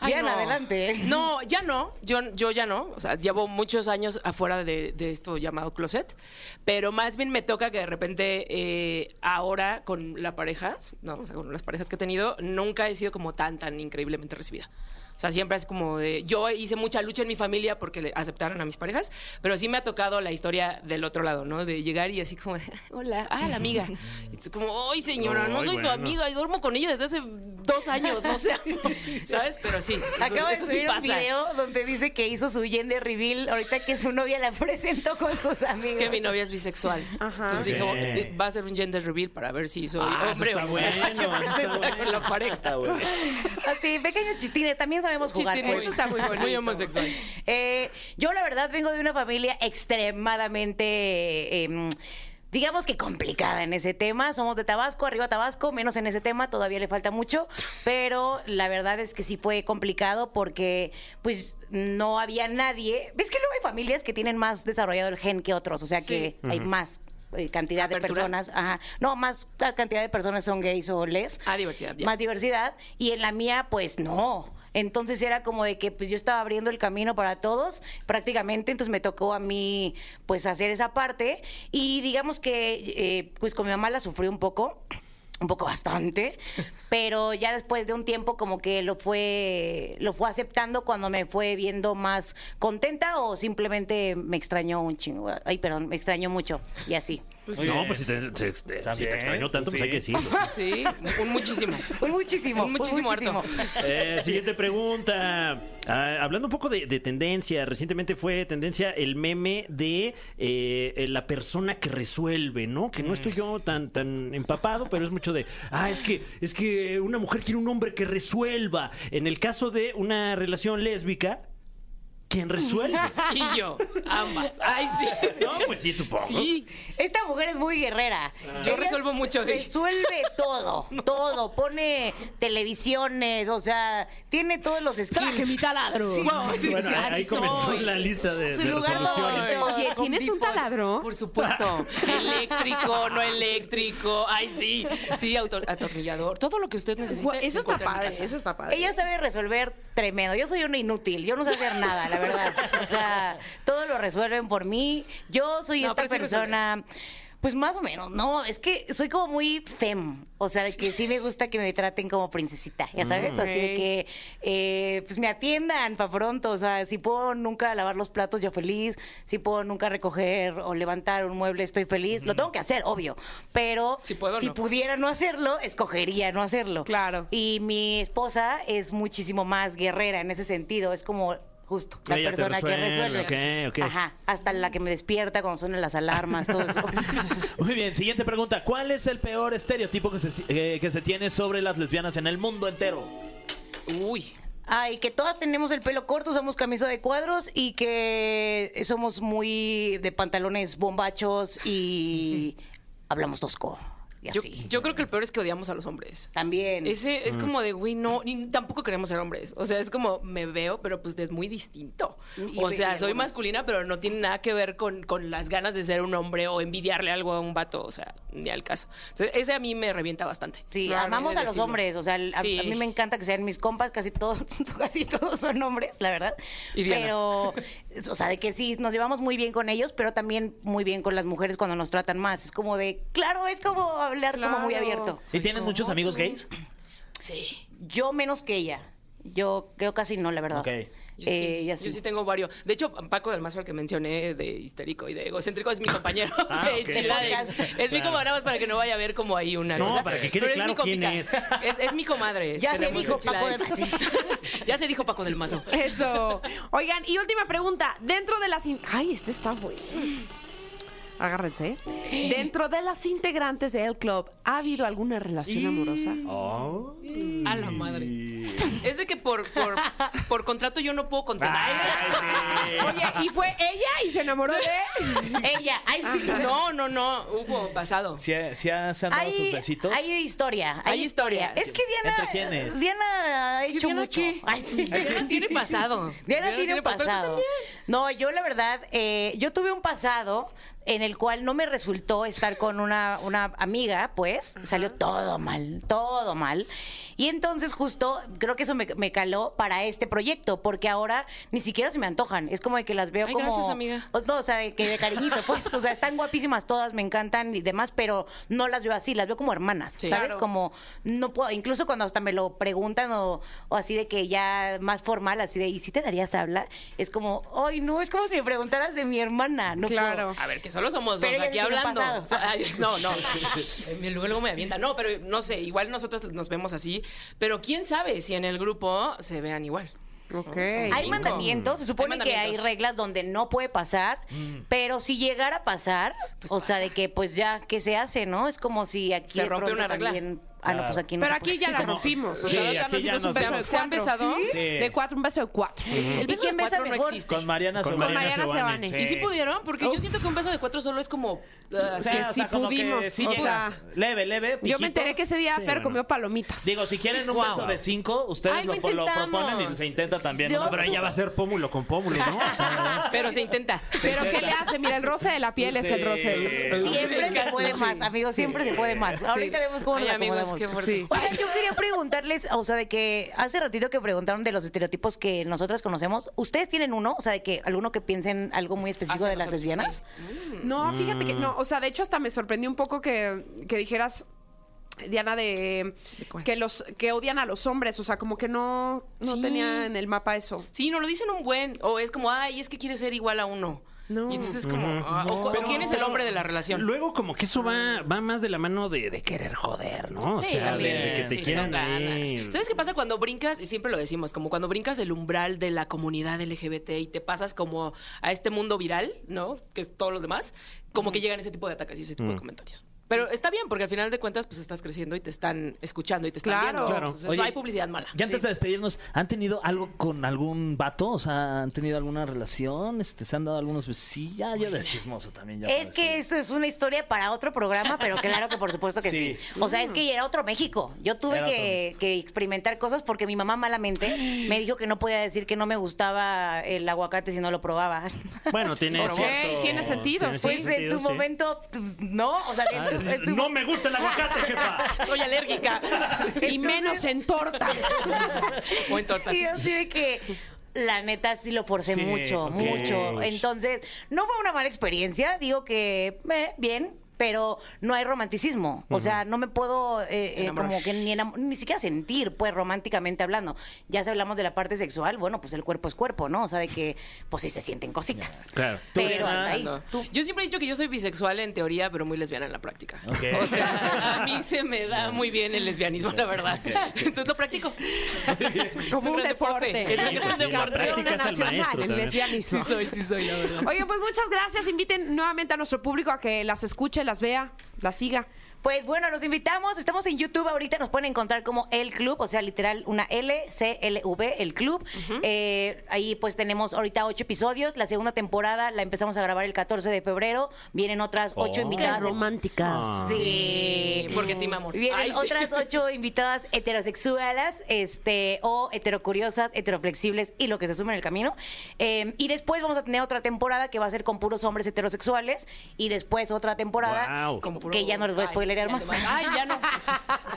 Ay,
Bien, adelante.
No, ya no. Yo, yo ya no. O sea, llevo muchos años afuera de, de esto llamado closet. Pero más bien me toca que de repente eh, ahora con las parejas, no, o sea, con las parejas que he tenido, nunca he sido como tan, tan increíblemente recibida. O sea, siempre es como de. Yo hice mucha lucha en mi familia porque le aceptaron a mis parejas, pero sí me ha tocado la historia del otro lado, ¿no? De llegar y así como, de, hola, ah, la amiga. Y tú como, ay, señora, no
Ay,
soy
bueno.
su amiga y duermo con ella desde hace dos años, no sé. ¿Sabes? Pero sí. eso-
Acabo de
eso sí
subir un
pasa.
video donde dice que hizo su Yen de reveal ahorita que su novia la presentó con sus amigos.
Es que mi novia es bisexual.
Ajá.
Entonces dije,
Ok.
"Eh, va a ser un gender reveal para ver si soy
Ah, eso
hombre
está
o mujer
bueno,
que
está
presenta con la pareja.
Así, pequeños chistines, también sabemos jugar.
Chistín
con
muy-
eso.
está muy bonito.
Muy homosexual.
Eh, yo la verdad vengo de una familia extremadamente... eh, em, Digamos que complicada en ese tema. Somos de Tabasco, arriba Tabasco, menos en ese tema, todavía le falta mucho. Pero la verdad es que sí fue complicado porque, pues, no había nadie. ¿Ves que luego hay familias que tienen más desarrollado el gen que otros? O sea que hay más eh, cantidad
Apertura.
de personas. Ajá. No, más la cantidad de personas son gays o les.
Ah, diversidad, ya.
Más diversidad y en la mía pues no. Entonces era como de que pues yo estaba abriendo el camino para todos prácticamente, entonces me tocó a mí pues hacer esa parte y digamos que eh, pues con mi mamá la sufrí un poco, un poco bastante, pero ya después de un tiempo como que lo fue lo fue aceptando cuando me fue viendo más contenta o simplemente me extrañó un chingo, ay perdón, me extrañó mucho y así.
No, pues si te, se- se- si te extrañó tanto, pues hay que decirlo.
Sí, un muchísimo.
Un muchísimo,
Un Pues muchísimo harto.
Eh, siguiente pregunta. Ah, hablando un poco de, de tendencia, recientemente fue tendencia el meme de eh, eh, la persona que resuelve, ¿no? Que no estoy yo tan, tan empapado, pero es mucho de, ah, es que, es que una mujer quiere un hombre que resuelva. En el caso de una relación lésbica, quien resuelve.
Y yo, ambas. Ay, sí.
No, pues sí, supongo.
Sí.
Esta mujer es muy guerrera.
Yo
Ella
resuelvo mucho de-
Resuelve todo, todo. Pone televisiones, o sea, tiene todos los
Traje mi
skills.
taladro.
Sí.
Wow, sí,
Bueno,
sí,
ahí,
así
ahí comenzó
soy.
la lista de,
Su
de
lugar
resoluciones.
favorito.
Oye,
con
¿tienes un
people.
taladro?
Por supuesto. Eléctrico, no eléctrico. Ay, sí. Sí, auto- atornillador. Todo lo que usted necesite.
Eso está
lo encuentra en mi
padre,
casa.
eso está padre.
Ella sabe resolver tremendo. Yo soy una inútil. Yo no sé hacer nada, la verdad. O sea, todo lo resuelven por mí. Yo soy
No,
esta
pero sí
persona. Pues más o menos, no, es que soy como muy fem, o sea, de que sí me gusta que me traten como princesita, ya sabes,
Mm.
así de que eh, pues me atiendan para pronto, o sea, si puedo nunca lavar los platos, yo feliz, si puedo nunca recoger o levantar un mueble, estoy feliz, lo tengo que hacer, obvio, pero
Si puedo, no.
pudiera no hacerlo, escogería no hacerlo.
Claro.
Y mi esposa es muchísimo más guerrera en ese sentido. Es como justo la
Ella te
persona
resuelve,
que resuelve.
ok, ok.
Ajá. Hasta la que me despierta cuando suenan las alarmas, todo eso.
Muy bien, siguiente pregunta. ¿Cuál es el peor estereotipo que se, eh, que se tiene sobre las lesbianas en el mundo entero?
Uy.
Ay, que todas tenemos el pelo corto, usamos camisa de cuadros y que somos muy de pantalones bombachos y hablamos tosco. Y
Yo,
así.
yo creo que el peor es que odiamos a los hombres.
También.
Ese
Mm.
es como de, güey, no, ni- tampoco queremos ser hombres. O sea, es como, me veo, pero pues es muy distinto.
Mm, Y
O
ve-
sea,
y
soy
algunos-
masculina, pero no tiene nada que ver con, con las ganas de ser un hombre o envidiarle algo a un vato. O sea, ni al caso. Entonces, ese a mí me revienta bastante.
Sí,
Claro,
amamos
he de
a los
decirlo.
hombres, o sea, el- a,
Sí.
a mí me encanta que sean mis compas, casi todos, casi todos son hombres, la verdad.
Y Diana.
Pero, o sea, de que sí, nos llevamos muy bien con ellos, pero también muy bien con las mujeres cuando nos tratan más. Es como de, claro, es como hablar como muy abierto.
¿Y tienes muchos amigos gays?
Sí.
Yo menos que ella. Yo creo casi no, la verdad.
Ok.
Yo,
Eh,
sí,
ella
yo sí tengo varios. De hecho, Paco del Mazo, el que mencioné de histérico y de egocéntrico, es mi compañero de
Ah, ok.
Chilades.
Podcast.
Es mi comadre, nada más para que no vaya a ver como ahí una
No,
cosa.
para que quede
Pero es
claro
mi compita.
quién es.
es. es mi comadre.
Ya se
Tenemos
dijo
en Chilades.
Paco del Mazo. Eh.
ya se dijo Paco del Mazo.
Eso. Oigan, y última pregunta. Dentro de las. in- Ay, este está bueno. Agárrense. ¿eh? Dentro de las integrantes de El Club, ¿ha habido alguna relación amorosa?
Oh.
A la madre. Es de que por, por, por contrato yo no puedo contestar.
Ah, Oye, y fue ella y se enamoró de.
Ella, ay, sí.
No, no, no. Hubo pasado.
¿Sí, sí ha- se han dado sus
Hay,
besitos?
hay historia, hay,
Hay
historia.
historia.
Es que Diana,
¿Entre quiénes?
Diana ha
¿Qué,
hecho
Diana,
mucho.
qué?
Ay, sí.
Diana tiene pasado.
Diana, tiene un
¿Tú
pasado.
también?
No, yo la verdad, eh, yo tuve un pasado en el cual no me resultó estar con una, una amiga, pues salió todo mal, todo mal. Y entonces justo creo que eso me, me caló para este proyecto, porque ahora ni siquiera se me antojan. Es como de que las veo
Ay,
como...
gracias, amiga.
O- Pues No, o sea, de que de cariñito, pues, o sea, están guapísimas todas, me encantan y demás, pero no las veo así, las veo como hermanas,
Sí.
¿sabes?
Claro.
Como no puedo, incluso cuando hasta me lo preguntan o, o así de que ya más formal, así de, ¿y si te darías habla? Es como, ay, no, es como si me preguntaras de mi hermana, no
Claro.
A ver, que solo somos dos
Pero ya
aquí
tiene
hablando.
pasado.
O sea, ay, No, no. En mi lugar luego me avienta. No, pero no sé, igual nosotros nos vemos así. Pero quién sabe si en el grupo se vean igual.
Ok.
puedo. Hay
Cinco.
mandamientos, se supone
Hay
que hay
mandamientos. Mm.
reglas donde no puede pasar, pero si llegara a pasar,
Pues
o sea,
pasa.
de que pues ya, ¿qué se hace, no? Es como si aquí
Se
de
rompe
pronto
una regla.
también- Ah, no, pues aquí no
Pero
se
aquí ya la rompimos. O
Sí,
sea, ahorita
aquí
nos
ya
dimos un
nos
beso de
damos- ¿Se han
cuatro.
besado?
¿Sí?
Sí.
De cuatro, un beso de cuatro.
El beso
quién
de
besa
cuatro no
mejor?
existe.
Con Mariana
Con
Sobane.
Mariana
Seoane,
Seoane.
¿Y si pudieron? Porque yo siento que un beso de cuatro solo es como...
O
ah, sí,
sea, o sea,
sí
como que
pudimos,
sí
o
llegas.
sea,
leve, leve.
Yo
piquito.
me enteré que ese día
Sí,
Fer
bueno.
comió palomitas.
Digo, si quieren un beso de cinco, ustedes
Ay,
lo,
lo
lo
intentamos.
proponen y se intenta también.
Yo
¿no?
Pero ahí ya va a ser pómulo con pómulo, ¿no? O sea,
Pero se intenta.
Pero ¿qué le hace? Mira, el roce de la piel es el roce. de-
Siempre se puede más, amigos, siempre se puede más. Ahorita vemos cómo
Ay,
nos
amigos,
acomodamos.
qué fuerte. Ah,
Sí. Oigan, yo quería preguntarles, o sea, de que hace ratito que preguntaron de los estereotipos que nosotras conocemos, ¿ustedes tienen uno? O sea, de que alguno que piensen algo muy específico
Hacia
de las
Ah, nosotros,
lesbianas.
No, fíjate
Mm.
que no, o sea, de hecho hasta me sorprendió un poco que, que dijeras, Diana, de,
¿De cuál?
que los que odian a los hombres, o sea, como que no, no
Sí.
tenía en el mapa eso.
Sí, no lo dicen un buen. O es como, ay, es que quiere ser igual a uno.
No.
Y entonces es como, ah, o, o quién es el hombre de la relación.
Luego como que eso va, va más de la mano de, de querer joder, ¿no?
Sí,
o sea, de,
también.
de que te
Sí, son
quieran
ganas.
ahí.
¿Sabes qué pasa cuando brincas? Y siempre lo decimos, como cuando brincas el umbral de la comunidad LGBT y te pasas como
Mm.
a este mundo viral, ¿no? Que es todo lo demás, como que llegan ese tipo de ataques y ese tipo de comentarios. Pero está bien, porque al final de cuentas, pues estás creciendo y te están escuchando y te están
Claro.
viendo.
Claro.
Entonces,
Oye,
no hay publicidad mala.
Ya antes
Sí.
de despedirnos, ¿han tenido algo con algún vato? O sea, ¿han tenido alguna relación? Este, ¿Se han dado algunos besos? Sí, ya, ya de chismoso también. Ya
Es
pues,
para
que
despedir.
esto es una historia para otro programa, pero claro que por supuesto que sí. O sea, es que era otro México. Yo tuve
Era
que, que experimentar cosas porque mi mamá malamente me dijo que no podía decir que no me gustaba el aguacate si no lo probaba.
Bueno, tiene
Ok,
cierto-
tiene sentido, sí.
Pues en
sentido,
su
sí.
momento, pues, no. O sea, en tu- en su
No me gusta el aguacate, jefa.
Soy alérgica.
Y menos en torta.
o en tortas.
Y yo así de que la neta sí lo forcé
Sí,
mucho,
ok.
mucho. Entonces, no fue una mala experiencia, digo que eh, bien. Pero no hay romanticismo. O sea, no me puedo eh, eh,
Enamorar.
como que ni, enam- ni siquiera sentir, pues, románticamente hablando. Ya si hablamos de la parte sexual, bueno, pues el cuerpo es cuerpo, ¿no? O sea, de que, pues sí se sienten cositas.
Claro.
Pero hasta ahí.
Fernando. Yo siempre he dicho que yo soy bisexual en teoría, pero muy lesbiana en la práctica.
Ok.
O sea, a mí se me da muy bien el lesbianismo, la verdad. Entonces lo practico. Es
Como un
gran
deporte.
Es un gran
sí, la
deporte.
práctica es el maestro
el
también.
Sí
lesbianismo.
soy, sí soy, la verdad.
Oigan, pues muchas gracias. Inviten nuevamente a nuestro público a que las escuche, las vea, las siga.
Pues bueno, los invitamos. Estamos en YouTube ahorita. Nos pueden encontrar como El Club, o sea, literal, una L, C, L, V, El Club. Eh, ahí pues tenemos ahorita ocho episodios. La segunda temporada la empezamos a grabar el 14 de febrero. Vienen otras ocho invitadas.
románticas.
Sí, Eh, porque te amor.
Vienen
Ay, sí.
otras ocho invitadas heterosexuales, este, o heterocuriosas, heteroflexibles y lo que se sume en el camino. Eh, y después vamos a tener otra temporada que va a ser con puros hombres heterosexuales. Y después otra temporada
Guau.
Como puro-
que ya no les voy a
Ay,
spoilerear
ya
más.
no más. Ay, ya no.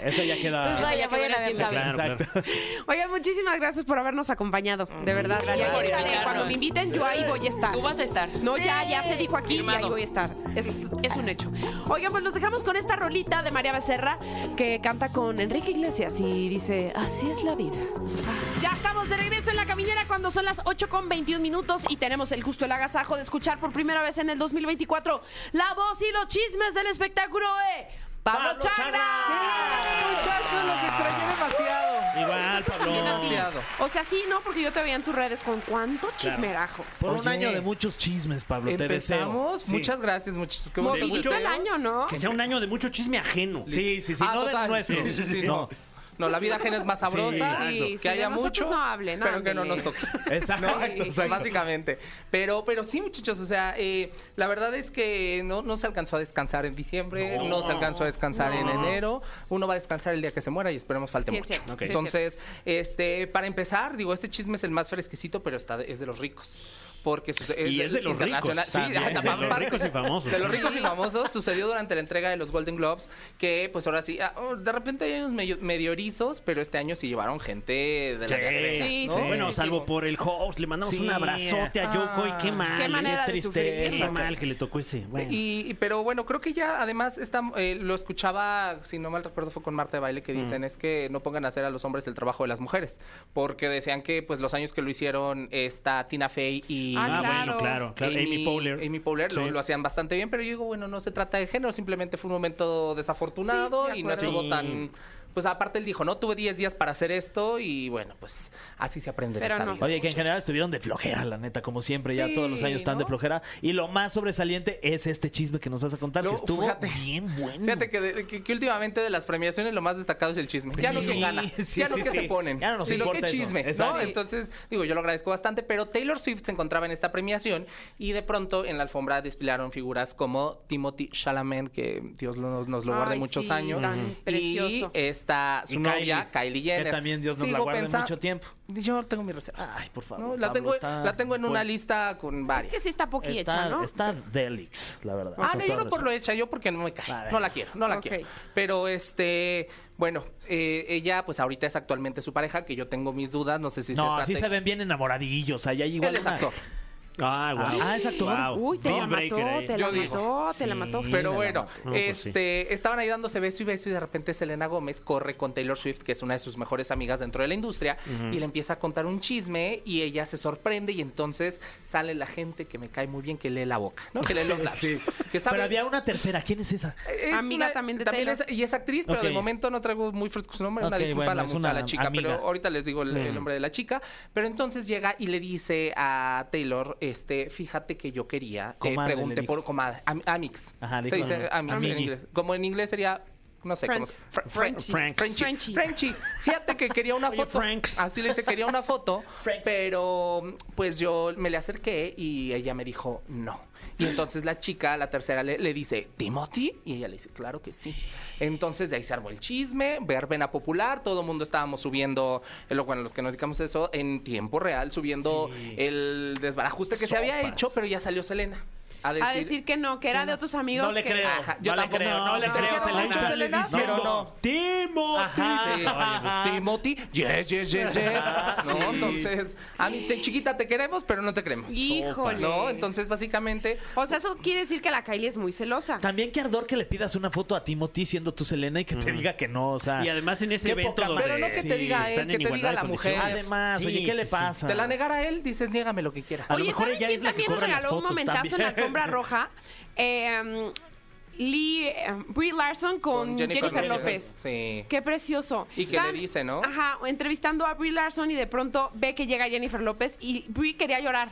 Eso ya queda.
Pues
Eso ya que
Vaya, vayan
bueno,
a
quién
verlo.
sabe.
Claro, claro.
Oigan, muchísimas gracias por habernos acompañado. De verdad,
Mm, Gracias
Y ahí
por
estaré.
invitarnos.
Cuando me inviten, yo ahí voy a estar.
Tú vas a estar.
No, ya, ya se dijo aquí y ahí
Firmado.
voy a estar. Es, es un hecho. Oigan, pues los dejamos con esta rolita de María Becerra que canta con Enrique Iglesias y dice, así es la vida. Ya estamos de regreso en la caminera cuando son las 8 con 21 minutos y tenemos el gusto, el agasajo de escuchar por primera vez en el 2024 la voz y los chismes del espectáculo de Pablo,
¡Pablo
Chagra.
Chagra!
Muchachos, los extrañé demasiado.
Igual, Pablo.
También a ti.
Demasiado.
O sea, sí, ¿no? Porque yo te veía en tus redes con cuánto chismerajo.
Por un
Oye.
año de muchos chismes, Pablo.
Empezamos.
Te deseo.
Muchas gracias, muchachos. Qué bonitos
Movimiento el
deseos.
año, ¿no?
Que sea un año de mucho chisme ajeno.
Sí, sí, sí.
Ah,
no de
total.
nuestro.
Sí, sí, sí, no.
No.
No, la vida ajena es más sabrosa.
Sí,
que
sí, sí, de
haya
nosotros
mucho.
no hable, no,
pero que no
ándele.
nos toque.
Exacto,
¿no?
exacto.
Básicamente. Pero, pero sí, muchachos, o sea, eh, la verdad es que no, no se alcanzó a descansar en diciembre, no, se alcanzó a descansar en enero. Uno va a descansar el día que se muera y esperemos falte
Sí, es
mucho.
cierto, Ok. sí, es
Entonces, este, para empezar, digo, este chisme es el más fresquecito, pero está de- es de los ricos. Porque suce-
Y es de los
internacional.
ricos
Sí,
también, de los
aparte-
ricos y famosos.
De los ricos y famosos sucedió durante la entrega de los Golden Globes, que pues ahora sí, ah, oh, de repente hay unos medio, medio erizos, pero este año sí llevaron gente de la carrera,
Sí,
¿no?
sí,
bueno,
sí,
salvo
sí.
por el host, le mandamos un abrazote a Yoko y qué mal.
Qué manera de sufrir.
Qué mal que le tocó ese. Bueno.
Y, y- pero bueno, creo que ya además esta, eh, lo escuchaba, si no mal recuerdo, fue con Marta de Baile
Mm.
que dicen es que no pongan a hacer a los hombres el trabajo de las mujeres, porque decían que pues los años que lo hicieron esta Tina Fey y
Ah,
ah,
claro.
bueno, claro, claro. Amy, Powler.
Amy Powler lo,
Sí.
lo hacían bastante bien, pero yo digo, bueno, no se trata de género, simplemente fue un momento desafortunado
Sí, de
y no
acuerdo.
estuvo
Sí.
tan... Pues aparte él dijo, no, tuve 10 días para hacer esto y bueno, pues así se aprende. en
Pero
esta
no.
vida.
Oye, que en general estuvieron de flojera, la neta, como siempre, ya
Sí,
todos los años están de
¿no?
flojera. Y lo más sobresaliente es este chisme que nos vas a contar,
Lo-
que estuvo
fíjate.
bien bueno.
Fíjate que, de- que- que últimamente de las premiaciones lo más destacado es el chisme. Ya
Sí,
no que gana,
sí,
ya no
sí,
que
sí.
se ponen,
Ya no nos
sino que
importa eso.
chisme. ¿no?
Exacto.
Entonces, digo, yo lo agradezco bastante, pero Taylor Swift se encontraba en esta premiación y de pronto en la alfombra desfilaron figuras como Timothy Chalamet, que Dios lo- nos, nos lo guarde
Ay,
muchos
sí,
años,
tan
y
precioso.
está
Y
su novia, Kylie, Jenner.
Que también Dios nos la
Sigo
guarde
pensa-
mucho tiempo.
Yo tengo mis reservas.
Ay, por favor,
No, la,
Pablo,
tengo,
está
la tengo en una
bueno.
lista con
Es
varias.
que sí está poquilla
Está,
hecha, ¿no?
está Delix, la verdad.
Ah,
con
no,
todo
yo no por
respeto.
lo hecha, yo porque no me cae.
Vale.
No la quiero, no la
Ok.
quiero. Pero este, bueno, eh, ella, pues ahorita es actualmente su pareja, que yo tengo mis dudas, no sé si
No,
se
así se ven bien enamoradillos. Allá igual.
Él es
una-
actor.
Ah, wow.
Ah, es actor.
Guau.
Uy, te la
Don Breaker
mató,
ahí.
te la
Yo digo.
mató, te la mató.
Sí.
Pero
me la
bueno,
mato.
No, pues sí.
este, estaban ahí dándose beso y beso y de repente Selena Gómez corre con Taylor Swift, que es una de sus mejores amigas dentro de la industria, y le empieza a contar un chisme y ella se sorprende y entonces sale la gente que me cae muy bien que lee la boca, ¿no? Que lee los labios. Que sabe-
Pero había una tercera. ¿Quién es esa?
Es
Amiga también de Taylor.
es- y es actriz, pero
Ok.
de momento no traigo muy fresco su nombre. una
Ok,
disculpa a,
bueno,
la,
es
mu-
una
a la chica,
amiga. Mm.
pero ahorita les digo el, el nombre de la chica. Pero entonces llega y le dice a Taylor, este, fíjate que yo quería, te
Comadre, le
pregunté
dijo.
por comadre, am- Amix.
Ajá,
Se
dijo,
dice
ajá.
Amix en
Amigui.
inglés. Como en inglés sería, no sé,
Friends.
como- Fr-
Friends.
French.
Frenchie.
Frenchie. Frenchie. Fíjate que quería una
Oye,
foto. Ah,
Franks.
Así le dice, quería una foto,
Franks.
pero pues yo me le acerqué y ella me dijo no. Y entonces la chica, la tercera, le, le dice, ¿Timothy? Y ella le dice, claro que sí. Entonces de ahí se armó el chisme, verbena popular, todo el mundo estábamos subiendo, eh, lo- bueno, los que nos dedicamos a eso, en tiempo real, subiendo el desbarajuste que se había
Sopas.
hecho, pero ya salió Selena.
A decir que no, que era de otros amigos.
No le
que- Ah,
creo.
Ajá, yo
no le
tampoco.
creo, no,
No,
le
no,
creo,
no,
Selena.
no,
Pero
Selena, pero no.
¡Timo!
Ajá.
Sí. Oye, pues,
Timothy, yes, yes, yes, yes.
Ah,
No,
sí.
entonces, a mí, te, chiquita, te queremos, pero no te creemos.
Híjole.
No, entonces, básicamente,
O sea, eso quiere decir que la Kylie es muy celosa.
También qué ardor que le pidas una foto a Timothy siendo tú Selena y que te diga que no, o
Ah,
sea.
Y además en ese
qué
evento
poca
donde-
madre.
pero no que
Sí,
te diga él,
están
que
en
te diga
igualdad
la
de
mujer.
condiciones.
Además,
Sí,
oye, ¿qué le
sí, sí.
pasa?
Te la negara él, dices, niégame lo que quiera.
A lo
Oye,
mejor
¿saben
ella
quién
es la que
también nos
cobra las
regaló un
fotos
momentazo en la
también?
alfombra roja? Eh, Lee, eh, Brie Larson con, Jennifer, López.
Sí.
Qué precioso.
Y que le dice, ¿no?
Ajá, entrevistando a Brie Larson y de pronto ve que llega Jennifer López y Brie quería llorar.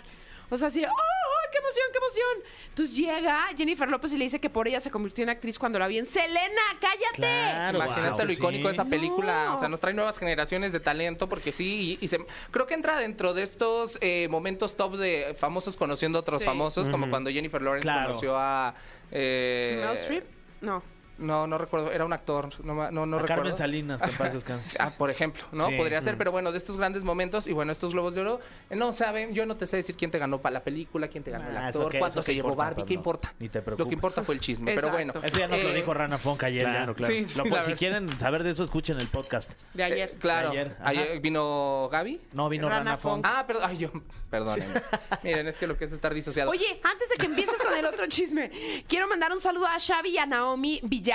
O sea, así, ¡oh, oh, qué emoción, qué emoción! Entonces llega Jennifer López y le dice que por ella se convirtió en actriz cuando la vi en Selena, cállate.
Claro,
Imagínate
wow,
lo icónico de
sí.
esa película.
No.
O sea, nos trae nuevas generaciones de talento porque sí, y, y se, creo que entra dentro de estos eh, momentos top de famosos conociendo a otros
Sí.
famosos, como cuando Jennifer Lawrence
Claro.
conoció a... eh,
Meryl Streep, no.
No, no recuerdo, era un actor, no, ma- no, no
A
recuerdo.
Carmen Salinas, que en paz descanse.
Ah, por ejemplo, ¿no?
Sí. Mm.
Podría ser, pero bueno, de estos grandes momentos y bueno, estos globos de oro, eh, no saben, yo no te sé decir quién te ganó para la película, quién te ganó el
Ah, eso
actor,
qué-
cuánto
eso
se
qué
llevó
importa,
Barbie, ¿qué
Pablo.
importa?
Ni te
Lo que
preocupes.
importa fue el chisme, pero bueno.
Exacto.
Eso ya nos lo
eh,
dijo Rana Fonca ayer.
Claro,
ya.
claro.
Sí, sí,
Lo-
la
si
verdad.
quieren saber de eso, escuchen el podcast.
De ayer.
Eh, claro,
De ayer,
ayer,
ajá.
vino Gaby.
No vino
Rana
Rana, Fonca.
Ah, perdón, ay, yo, perdónenme. Miren, es que lo que es estar disociado.
Oye, antes de que empieces con el otro chisme, quiero mandar un saludo a Xavi y a Naomi Villagómez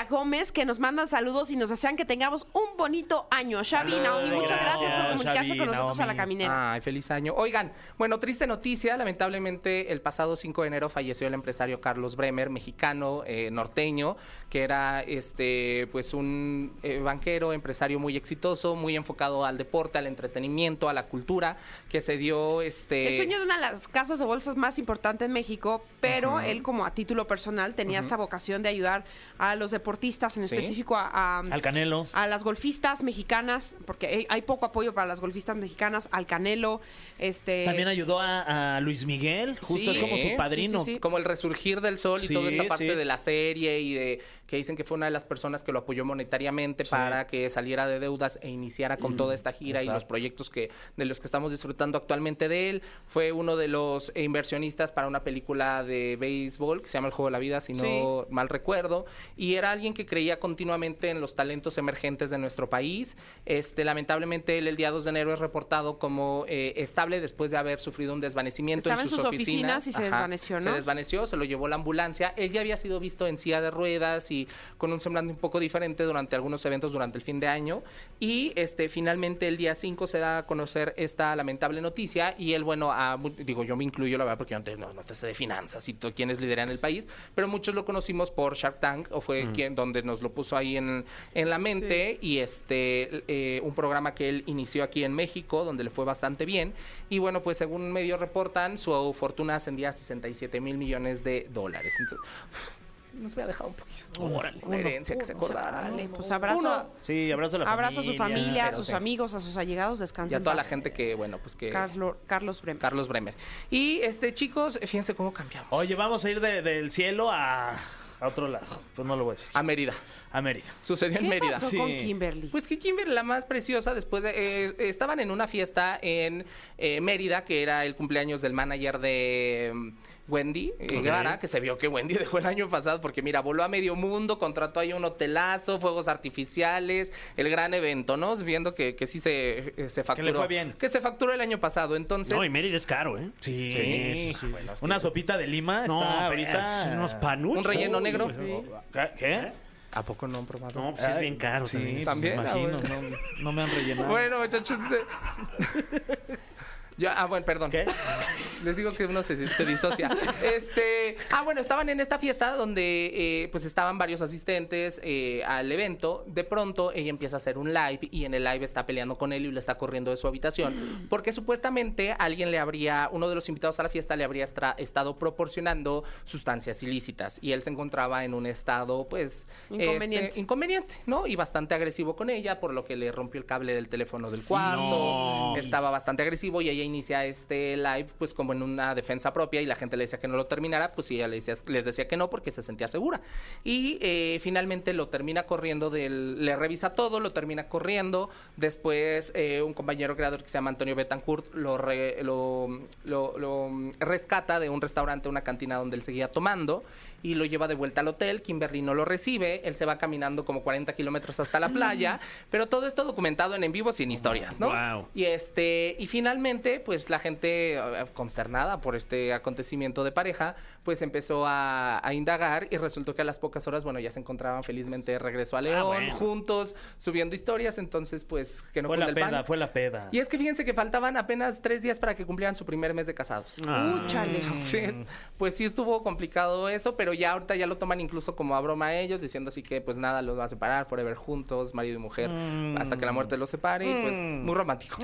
que nos mandan saludos y nos hacían que tengamos un bonito año. Xavi y Naomi, muchas gracias por
gracias,
comunicarse
Xavi,
con nosotros a la
Naomi.
caminera.
Ay, feliz año. Oigan, bueno, triste noticia. Lamentablemente, el pasado 5 de enero falleció el empresario Carlos Bremer, mexicano, eh, norteño, que era este, pues un eh, banquero, empresario muy exitoso, muy enfocado al deporte, al entretenimiento, a la cultura, que se dio este.
Es dueño de una de las casas de bolsas más importantes en México, pero él como a título personal tenía esta vocación de ayudar a los deportistas, en
Sí.
específico a, a-
Al Canelo.
a las golfistas mexicanas, porque hay- hay poco apoyo para las golfistas mexicanas, al Canelo, este...
También ayudó a, a Luis Miguel, justo
Sí.
es como
Sí, sí,
su padrino.
sí.
Como el resurgir del sol
Sí,
y toda esta parte
sí.
de la serie y de que dicen que fue una de las personas que lo apoyó monetariamente para que saliera de deudas e iniciara con toda esta gira y los
Mm, exacto.
proyectos que de los que estamos disfrutando actualmente de él. Fue uno de los inversionistas para una película de béisbol que se llama El juego de la vida, si no mal recuerdo, y era alguien que creía continuamente en los talentos emergentes de nuestro país. Este, lamentablemente él el día 2 de enero es reportado como eh, estable después de haber sufrido un desvanecimiento
Estaba
en
en
sus,
sus oficinas y se desvaneció,
Se
¿no?
desvaneció, se lo llevó la ambulancia. Él ya había sido visto en silla de ruedas y con un semblante un poco diferente durante algunos eventos durante el fin de año. Y este, finalmente el día 5 se da a conocer esta lamentable noticia. Y él, bueno, a mu- digo, yo me incluyo, la verdad, porque yo no te, no, no te sé de finanzas y to- quiénes lideran el país, pero muchos lo conocimos por Shark Tank, o fue quien donde nos lo puso ahí en, en la mente. Y este, eh, un programa que él inició aquí en México, donde le fue bastante bien. Y bueno, pues según medios reportan, su fortuna ascendía a 67 mil millones de dólares. Entonces, nos había dejado un poquito. una herencia que se acordara.
Dale, pues abrazo.
Uno.
Sí, abrazo a la
Abrazo a su familia, a
pero
sus
sí.
amigos, a sus allegados, descansen.
Y a toda
en
la
paz.
gente que, bueno, pues que.
Carlo- Carlos Bremer.
Carlos Bremer. Y este, chicos, fíjense cómo cambiamos.
Oye, vamos a ir de- del cielo a, a otro lado. Pues no lo voy a decir.
A Mérida.
A Mérida.
Sucedió en
¿Qué
Mérida.
pasó con Kimberly?
Pues que Kimberly, la más preciosa, después de, eh, estaban en una fiesta en eh, Mérida, que era el cumpleaños del manager de mm, Wendy eh, Guevara, que se vio que Wendy dejó el año pasado, porque mira, voló a medio mundo, contrató ahí un hotelazo, fuegos artificiales, el gran evento, ¿no? Viendo que, que sí se, eh, se facturó.
fue bien.
Que se facturó el año pasado, entonces...
No, y Mérida es caro, ¿eh?
Sí.
sí, sí.
Una sopita de lima está
No,
ahorita.
ahorita unos panuchos.
Un relleno negro.
¿Qué? ¿Qué?
¿A poco no han probado?
No, pues es bien caro.
Sí,
También,
me
ah,
imagino.
bueno.
No, no me han rellenado.
Bueno, muchachos. eh, Ya, ah, bueno, perdón.
¿Qué?
Les digo que uno se, se disocia. Este, ah, bueno, estaban en esta fiesta donde eh, pues estaban varios asistentes eh, al evento. De pronto ella empieza a hacer un live y en el live está peleando con él y le está corriendo de su habitación. Porque supuestamente alguien le habría, uno de los invitados a la fiesta le habría estra- estado proporcionando sustancias ilícitas. Y él se encontraba en un estado, pues, este,
Inconveniente.
inconveniente, ¿no? Y bastante agresivo con ella, por lo que le rompió el cable del teléfono del cuarto. Estaba bastante agresivo y ella inicia este live, pues como en una defensa propia y la gente le decía que no lo terminara, pues y ella le decía- les decía que no porque se sentía segura. Y eh, finalmente lo termina corriendo del. Le revisa todo, lo termina corriendo. Después, eh, un compañero creador que se llama Antonio Betancourt lo, re- lo, lo- lo, mm, rescata de un restaurante, una cantina donde él seguía tomando y lo lleva de vuelta al hotel. Kimberly no lo recibe. Él se va caminando como 40 kilómetros hasta la playa. Pero todo esto documentado en en vivo sin historias, ¿no?
Wow.
Y este, y finalmente, pues la gente eh, consternada por este acontecimiento de pareja, pues empezó a, a indagar y resultó que a las pocas horas, bueno, ya se encontraban felizmente de regreso a León,
Ah, bueno.
juntos, subiendo historias, entonces, pues, que no
fue la
cunda el pan.
peda, fue la peda.
Y es que fíjense que faltaban apenas tres días para que cumplieran su primer mes de casados.
Uh, chale.
Entonces, pues sí estuvo complicado eso, pero ya ahorita ya lo toman incluso como a broma ellos, diciendo así que pues nada, los va a separar, forever juntos, marido y mujer, hasta que la muerte los separe, y pues muy romántico,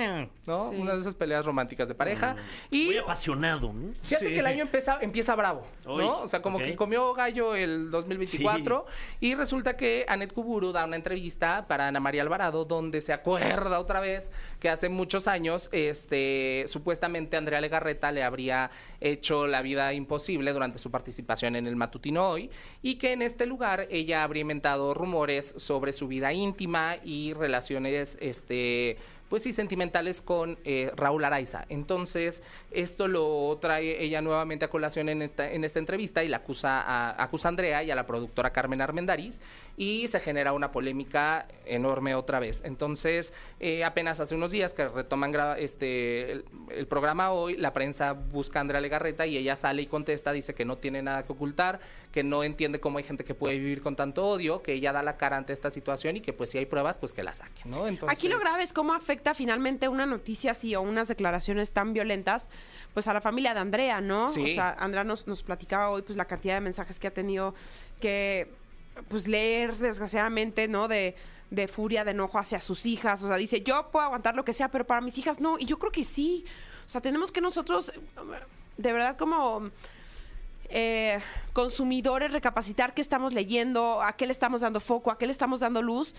¿no? Una de esas peleas románticas de pareja. Y
Muy apasionado. ¿no?
Fíjate
Sí.
que el año empieza, empieza bravo, ¿no?
Uy,
o sea, como
ok.
que comió gallo el 2024 y resulta que Anet Kuburu da una entrevista para Ana María Alvarado donde se acuerda otra vez que hace muchos años este supuestamente Andrea Legarreta le habría hecho la vida imposible durante su participación en el matutino hoy y que en este lugar ella habría inventado rumores sobre su vida íntima y relaciones este pues sí, sentimentales con eh, Raúl Araiza. Entonces, esto lo trae ella nuevamente a colación en esta, en esta entrevista y la acusa a, acusa a Andrea y a la productora Carmen Armendariz y se genera una polémica enorme otra vez. Entonces, eh, apenas hace unos días que retoman gra- este, el, el programa hoy, la prensa busca a Andrea Legarreta y ella sale y contesta, dice que no tiene nada que ocultar, que no entiende cómo hay gente que puede vivir con tanto odio, que ella da la cara ante esta situación y que pues si hay pruebas, pues que la saquen, ¿no? Entonces...
Aquí lo grave es cómo afecta finalmente una noticia así o unas declaraciones tan violentas, pues a la familia de Andrea, ¿no?
Sí.
O sea, Andrea nos, nos platicaba hoy pues la cantidad de mensajes que ha tenido que pues leer desgraciadamente, ¿no? De, de furia, de enojo hacia sus hijas. O sea, dice, yo puedo aguantar lo que sea, pero para mis hijas no. Y yo creo que sí. O sea, tenemos que nosotros, eh, de verdad, como eh, consumidores recapacitar qué estamos leyendo, a qué le estamos dando foco, a qué le estamos dando luz.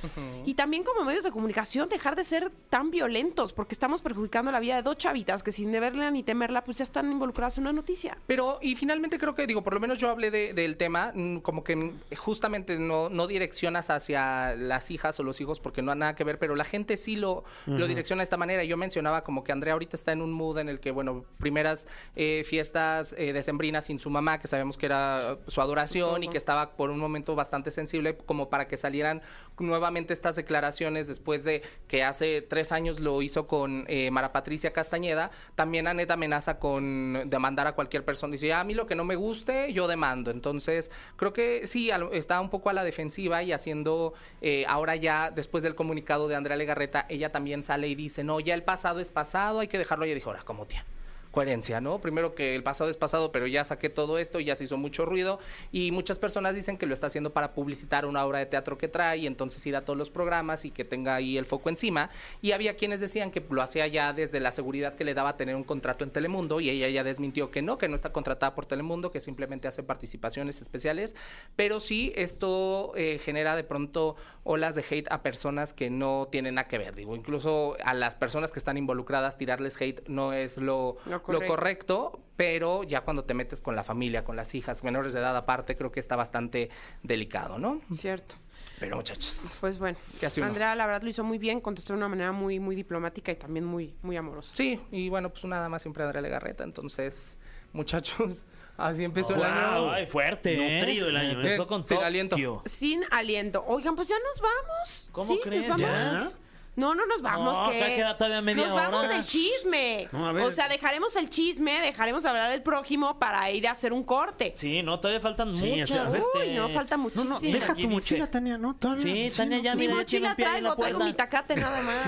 Y también como medios de comunicación dejar de ser tan violentos porque estamos perjudicando la vida de dos chavitas que sin deberla ni temerla pues ya están involucradas en una noticia.
Pero, y finalmente creo que, digo, por lo menos yo hablé de- del tema, mm, como que mm, justamente no, no direccionas hacia las hijas o los hijos porque no ha nada que ver, pero la gente sí lo, lo direcciona de esta manera. Yo mencionaba como que Andrea ahorita está en un mood en el que, bueno, primeras eh, fiestas eh, decembrinas sin su mamá, que sabemos que era eh, su adoración y que estaba por un momento bastante sensible, como para que salieran nuevamente estas declaraciones después de que hace tres años lo hizo con eh, Mara Patricia Castañeda, también Anet amenaza con demandar a cualquier persona. Dice, "Ah, a mí lo que no me guste, yo demando. Entonces, creo que sí, a lo- está un poco a la defensiva y haciendo, eh, ahora ya, después del comunicado de Andrea Legarreta, ella también sale y dice, no, ya el pasado es pasado, hay que dejarlo. Ella dijo, ahora, como tía coherencia, ¿no? Primero que el pasado es pasado, pero ya saqué todo esto, ya se hizo mucho ruido y muchas personas dicen que lo está haciendo para publicitar una obra de teatro que trae y entonces ir a todos los programas y que tenga ahí el foco encima. Y había quienes decían que lo hacía ya desde la seguridad que le daba tener un contrato en Telemundo y ella ya desmintió que no, que no está contratada por Telemundo, que simplemente hace participaciones especiales, pero sí esto eh, genera de pronto olas de hate a personas que no tienen nada que ver, digo, incluso a las personas que están involucradas tirarles hate no es lo
Lo
lo
correcto.
correcto. pero ya cuando te metes con la familia, con las hijas, menores de edad aparte, creo que está bastante delicado, ¿no?
Cierto.
Pero muchachos.
Pues bueno,
¿Qué hace uno?
Andrea la verdad lo hizo muy bien, contestó de una manera muy muy diplomática y también muy muy amorosa.
Sí, y bueno, pues una dama siempre Andrea Legarreta, entonces, muchachos, así empezó el
Wow,
año.
ay, fuerte. ¿eh?
Nutrido el año, ¿eh?
Empezó con
Sin aliento.
Tokio.
Sin aliento. Oigan, pues ya nos vamos.
¿Cómo
Sí,
crees?
Nos vamos.
¿Ya?
No, no nos vamos.
No,
¿qué?
todavía queda todavía media
Nos vamos
hora.
del chisme.
No, a ver.
O sea, dejaremos el chisme, dejaremos hablar del prójimo para ir a hacer un corte.
Sí, no, todavía faltan
Sí,
muchas.
este-
este-
Uy, no, falta
No,
muchísimo.
no, deja
aquí
tu
dice.
mochila, Tania, ¿no? Todavía
Sí, Tania, ya
Mi
mira, ya tiene
mochila
un pie ahí en la
traigo, traigo
puerta.
mi tacate nada más.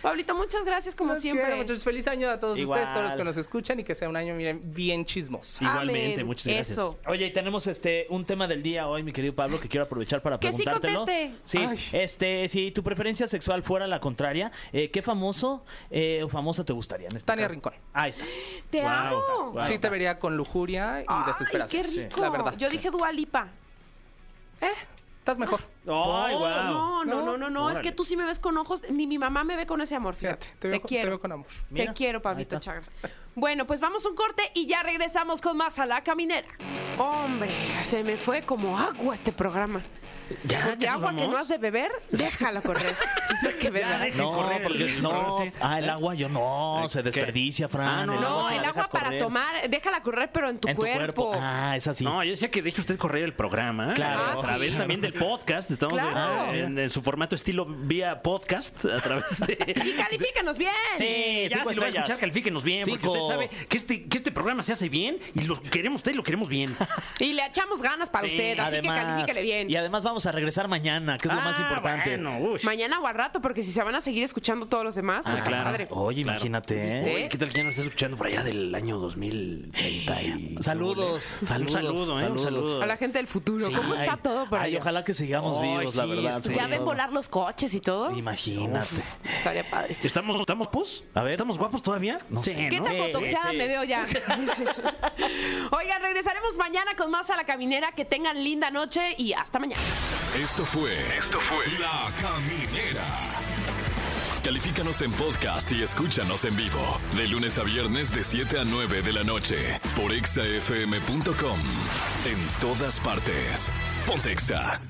Pablito, muchas gracias como
Los
siempre.
quiero, muchachos. Feliz año a todos
Igual.
ustedes, todos los que nos escuchan y que sea un año, miren, bien chismoso.
Igualmente,
Amén.
muchas gracias.
Eso.
Oye, y tenemos este un tema del día hoy, mi querido Pablo, que quiero aprovechar para
Que sí
preguntártelo.
conteste.
Sí,
Ay.
este, si tu preferencia sexual fuera la contraria, eh, ¿qué famoso eh, o famosa te gustaría? en este
Tania
caso?
Rincón.
Ahí está.
Te
Wow.
amo.
Wow.
Sí, te vería con lujuria y
Ay, qué
desesperación. sí,
rico.
La verdad.
Yo dije "Ah, Dualipa.
Eh, estás mejor.
Ay,
Oh,
no,
guau.
no, no,
No,
no, no, no. Es que tú sí me ves con ojos, ni mi mamá me ve con ese amor, fíjate.
Fíjate, te veo,
te
con,
quiero.
te veo con amor.
Te
Mira,
quiero,
ahí
Pablito
está.
Chagra. Bueno, pues vamos a un corte y ya regresamos con más a la caminera. Hombre, se me fue como agua este programa. Porque
¿Ya? Ah, ¿Ya nos
agua que
vamos?
no has de beber, déjala correr. Porque, ¿verdad?
deja-
No,
correr el-
porque
el
no.
correr, sí.
Ah, el agua yo no,
Ay,
se
¿qué?
desperdicia, Fran.
Ah, no,
No,
se
el
la
agua
dejas
para
correr.
tomar, déjala correr, pero en tu,
en tu cuerpo.
cuerpo.
Ah, es así.
No, yo decía que deje usted correr el programa. ¿eh?
Claro.
A
Ah,
través
sí.
también del podcast. Estamos
Claro.
en, en- en su formato estilo vía podcast. A través
Y
de.
califícanos bien.
Sí, ya
cinco
si lo va a
estrellas.
escuchar, califíquenos bien.
Cinco.
Porque usted sabe que este, que este programa se hace bien y lo queremos usted y lo queremos bien.
Y le echamos ganas para
Sí,
usted, así que califíquele bien.
Y además vamos a regresar mañana, que es lo más
Ah,
importante.
Bueno, uy.
Mañana o al rato, porque si se van a seguir escuchando todos los demás, pues
Ah,
qué
claro.
padre.
Oye,
Claro.
imagínate. ¿eh?
¿Viste?
Uy, ¿Qué tal que ya nos estás escuchando por allá del año 2030? y-
Saludos,
Un
saludos,
saludo, ¿eh? Un
saludos.
saludo.
A la gente del futuro, ¿cómo está
Ay,
todo para
ay, ojalá que sigamos
Ay,
vivos, la
sí,
verdad.
este-
sobre
¿Ya ven
todo.
volar los coches y todo?
Imagínate.
Estaría padre.
¿Estamos, estamos pus?
A ver.
¿Estamos guapos todavía?
No
Sí,
sé.
¿Qué tan
Sí,
botoxiada
sí.
me veo ya? Oigan, regresaremos mañana con más a la caminera. Que tengan linda noche y hasta mañana.
Esto fue. Esto fue. La Caminera. Califícanos en podcast y escúchanos en vivo. De lunes a viernes de 7 a 9 de la noche. Por exafm.com. En todas partes. Pontexa.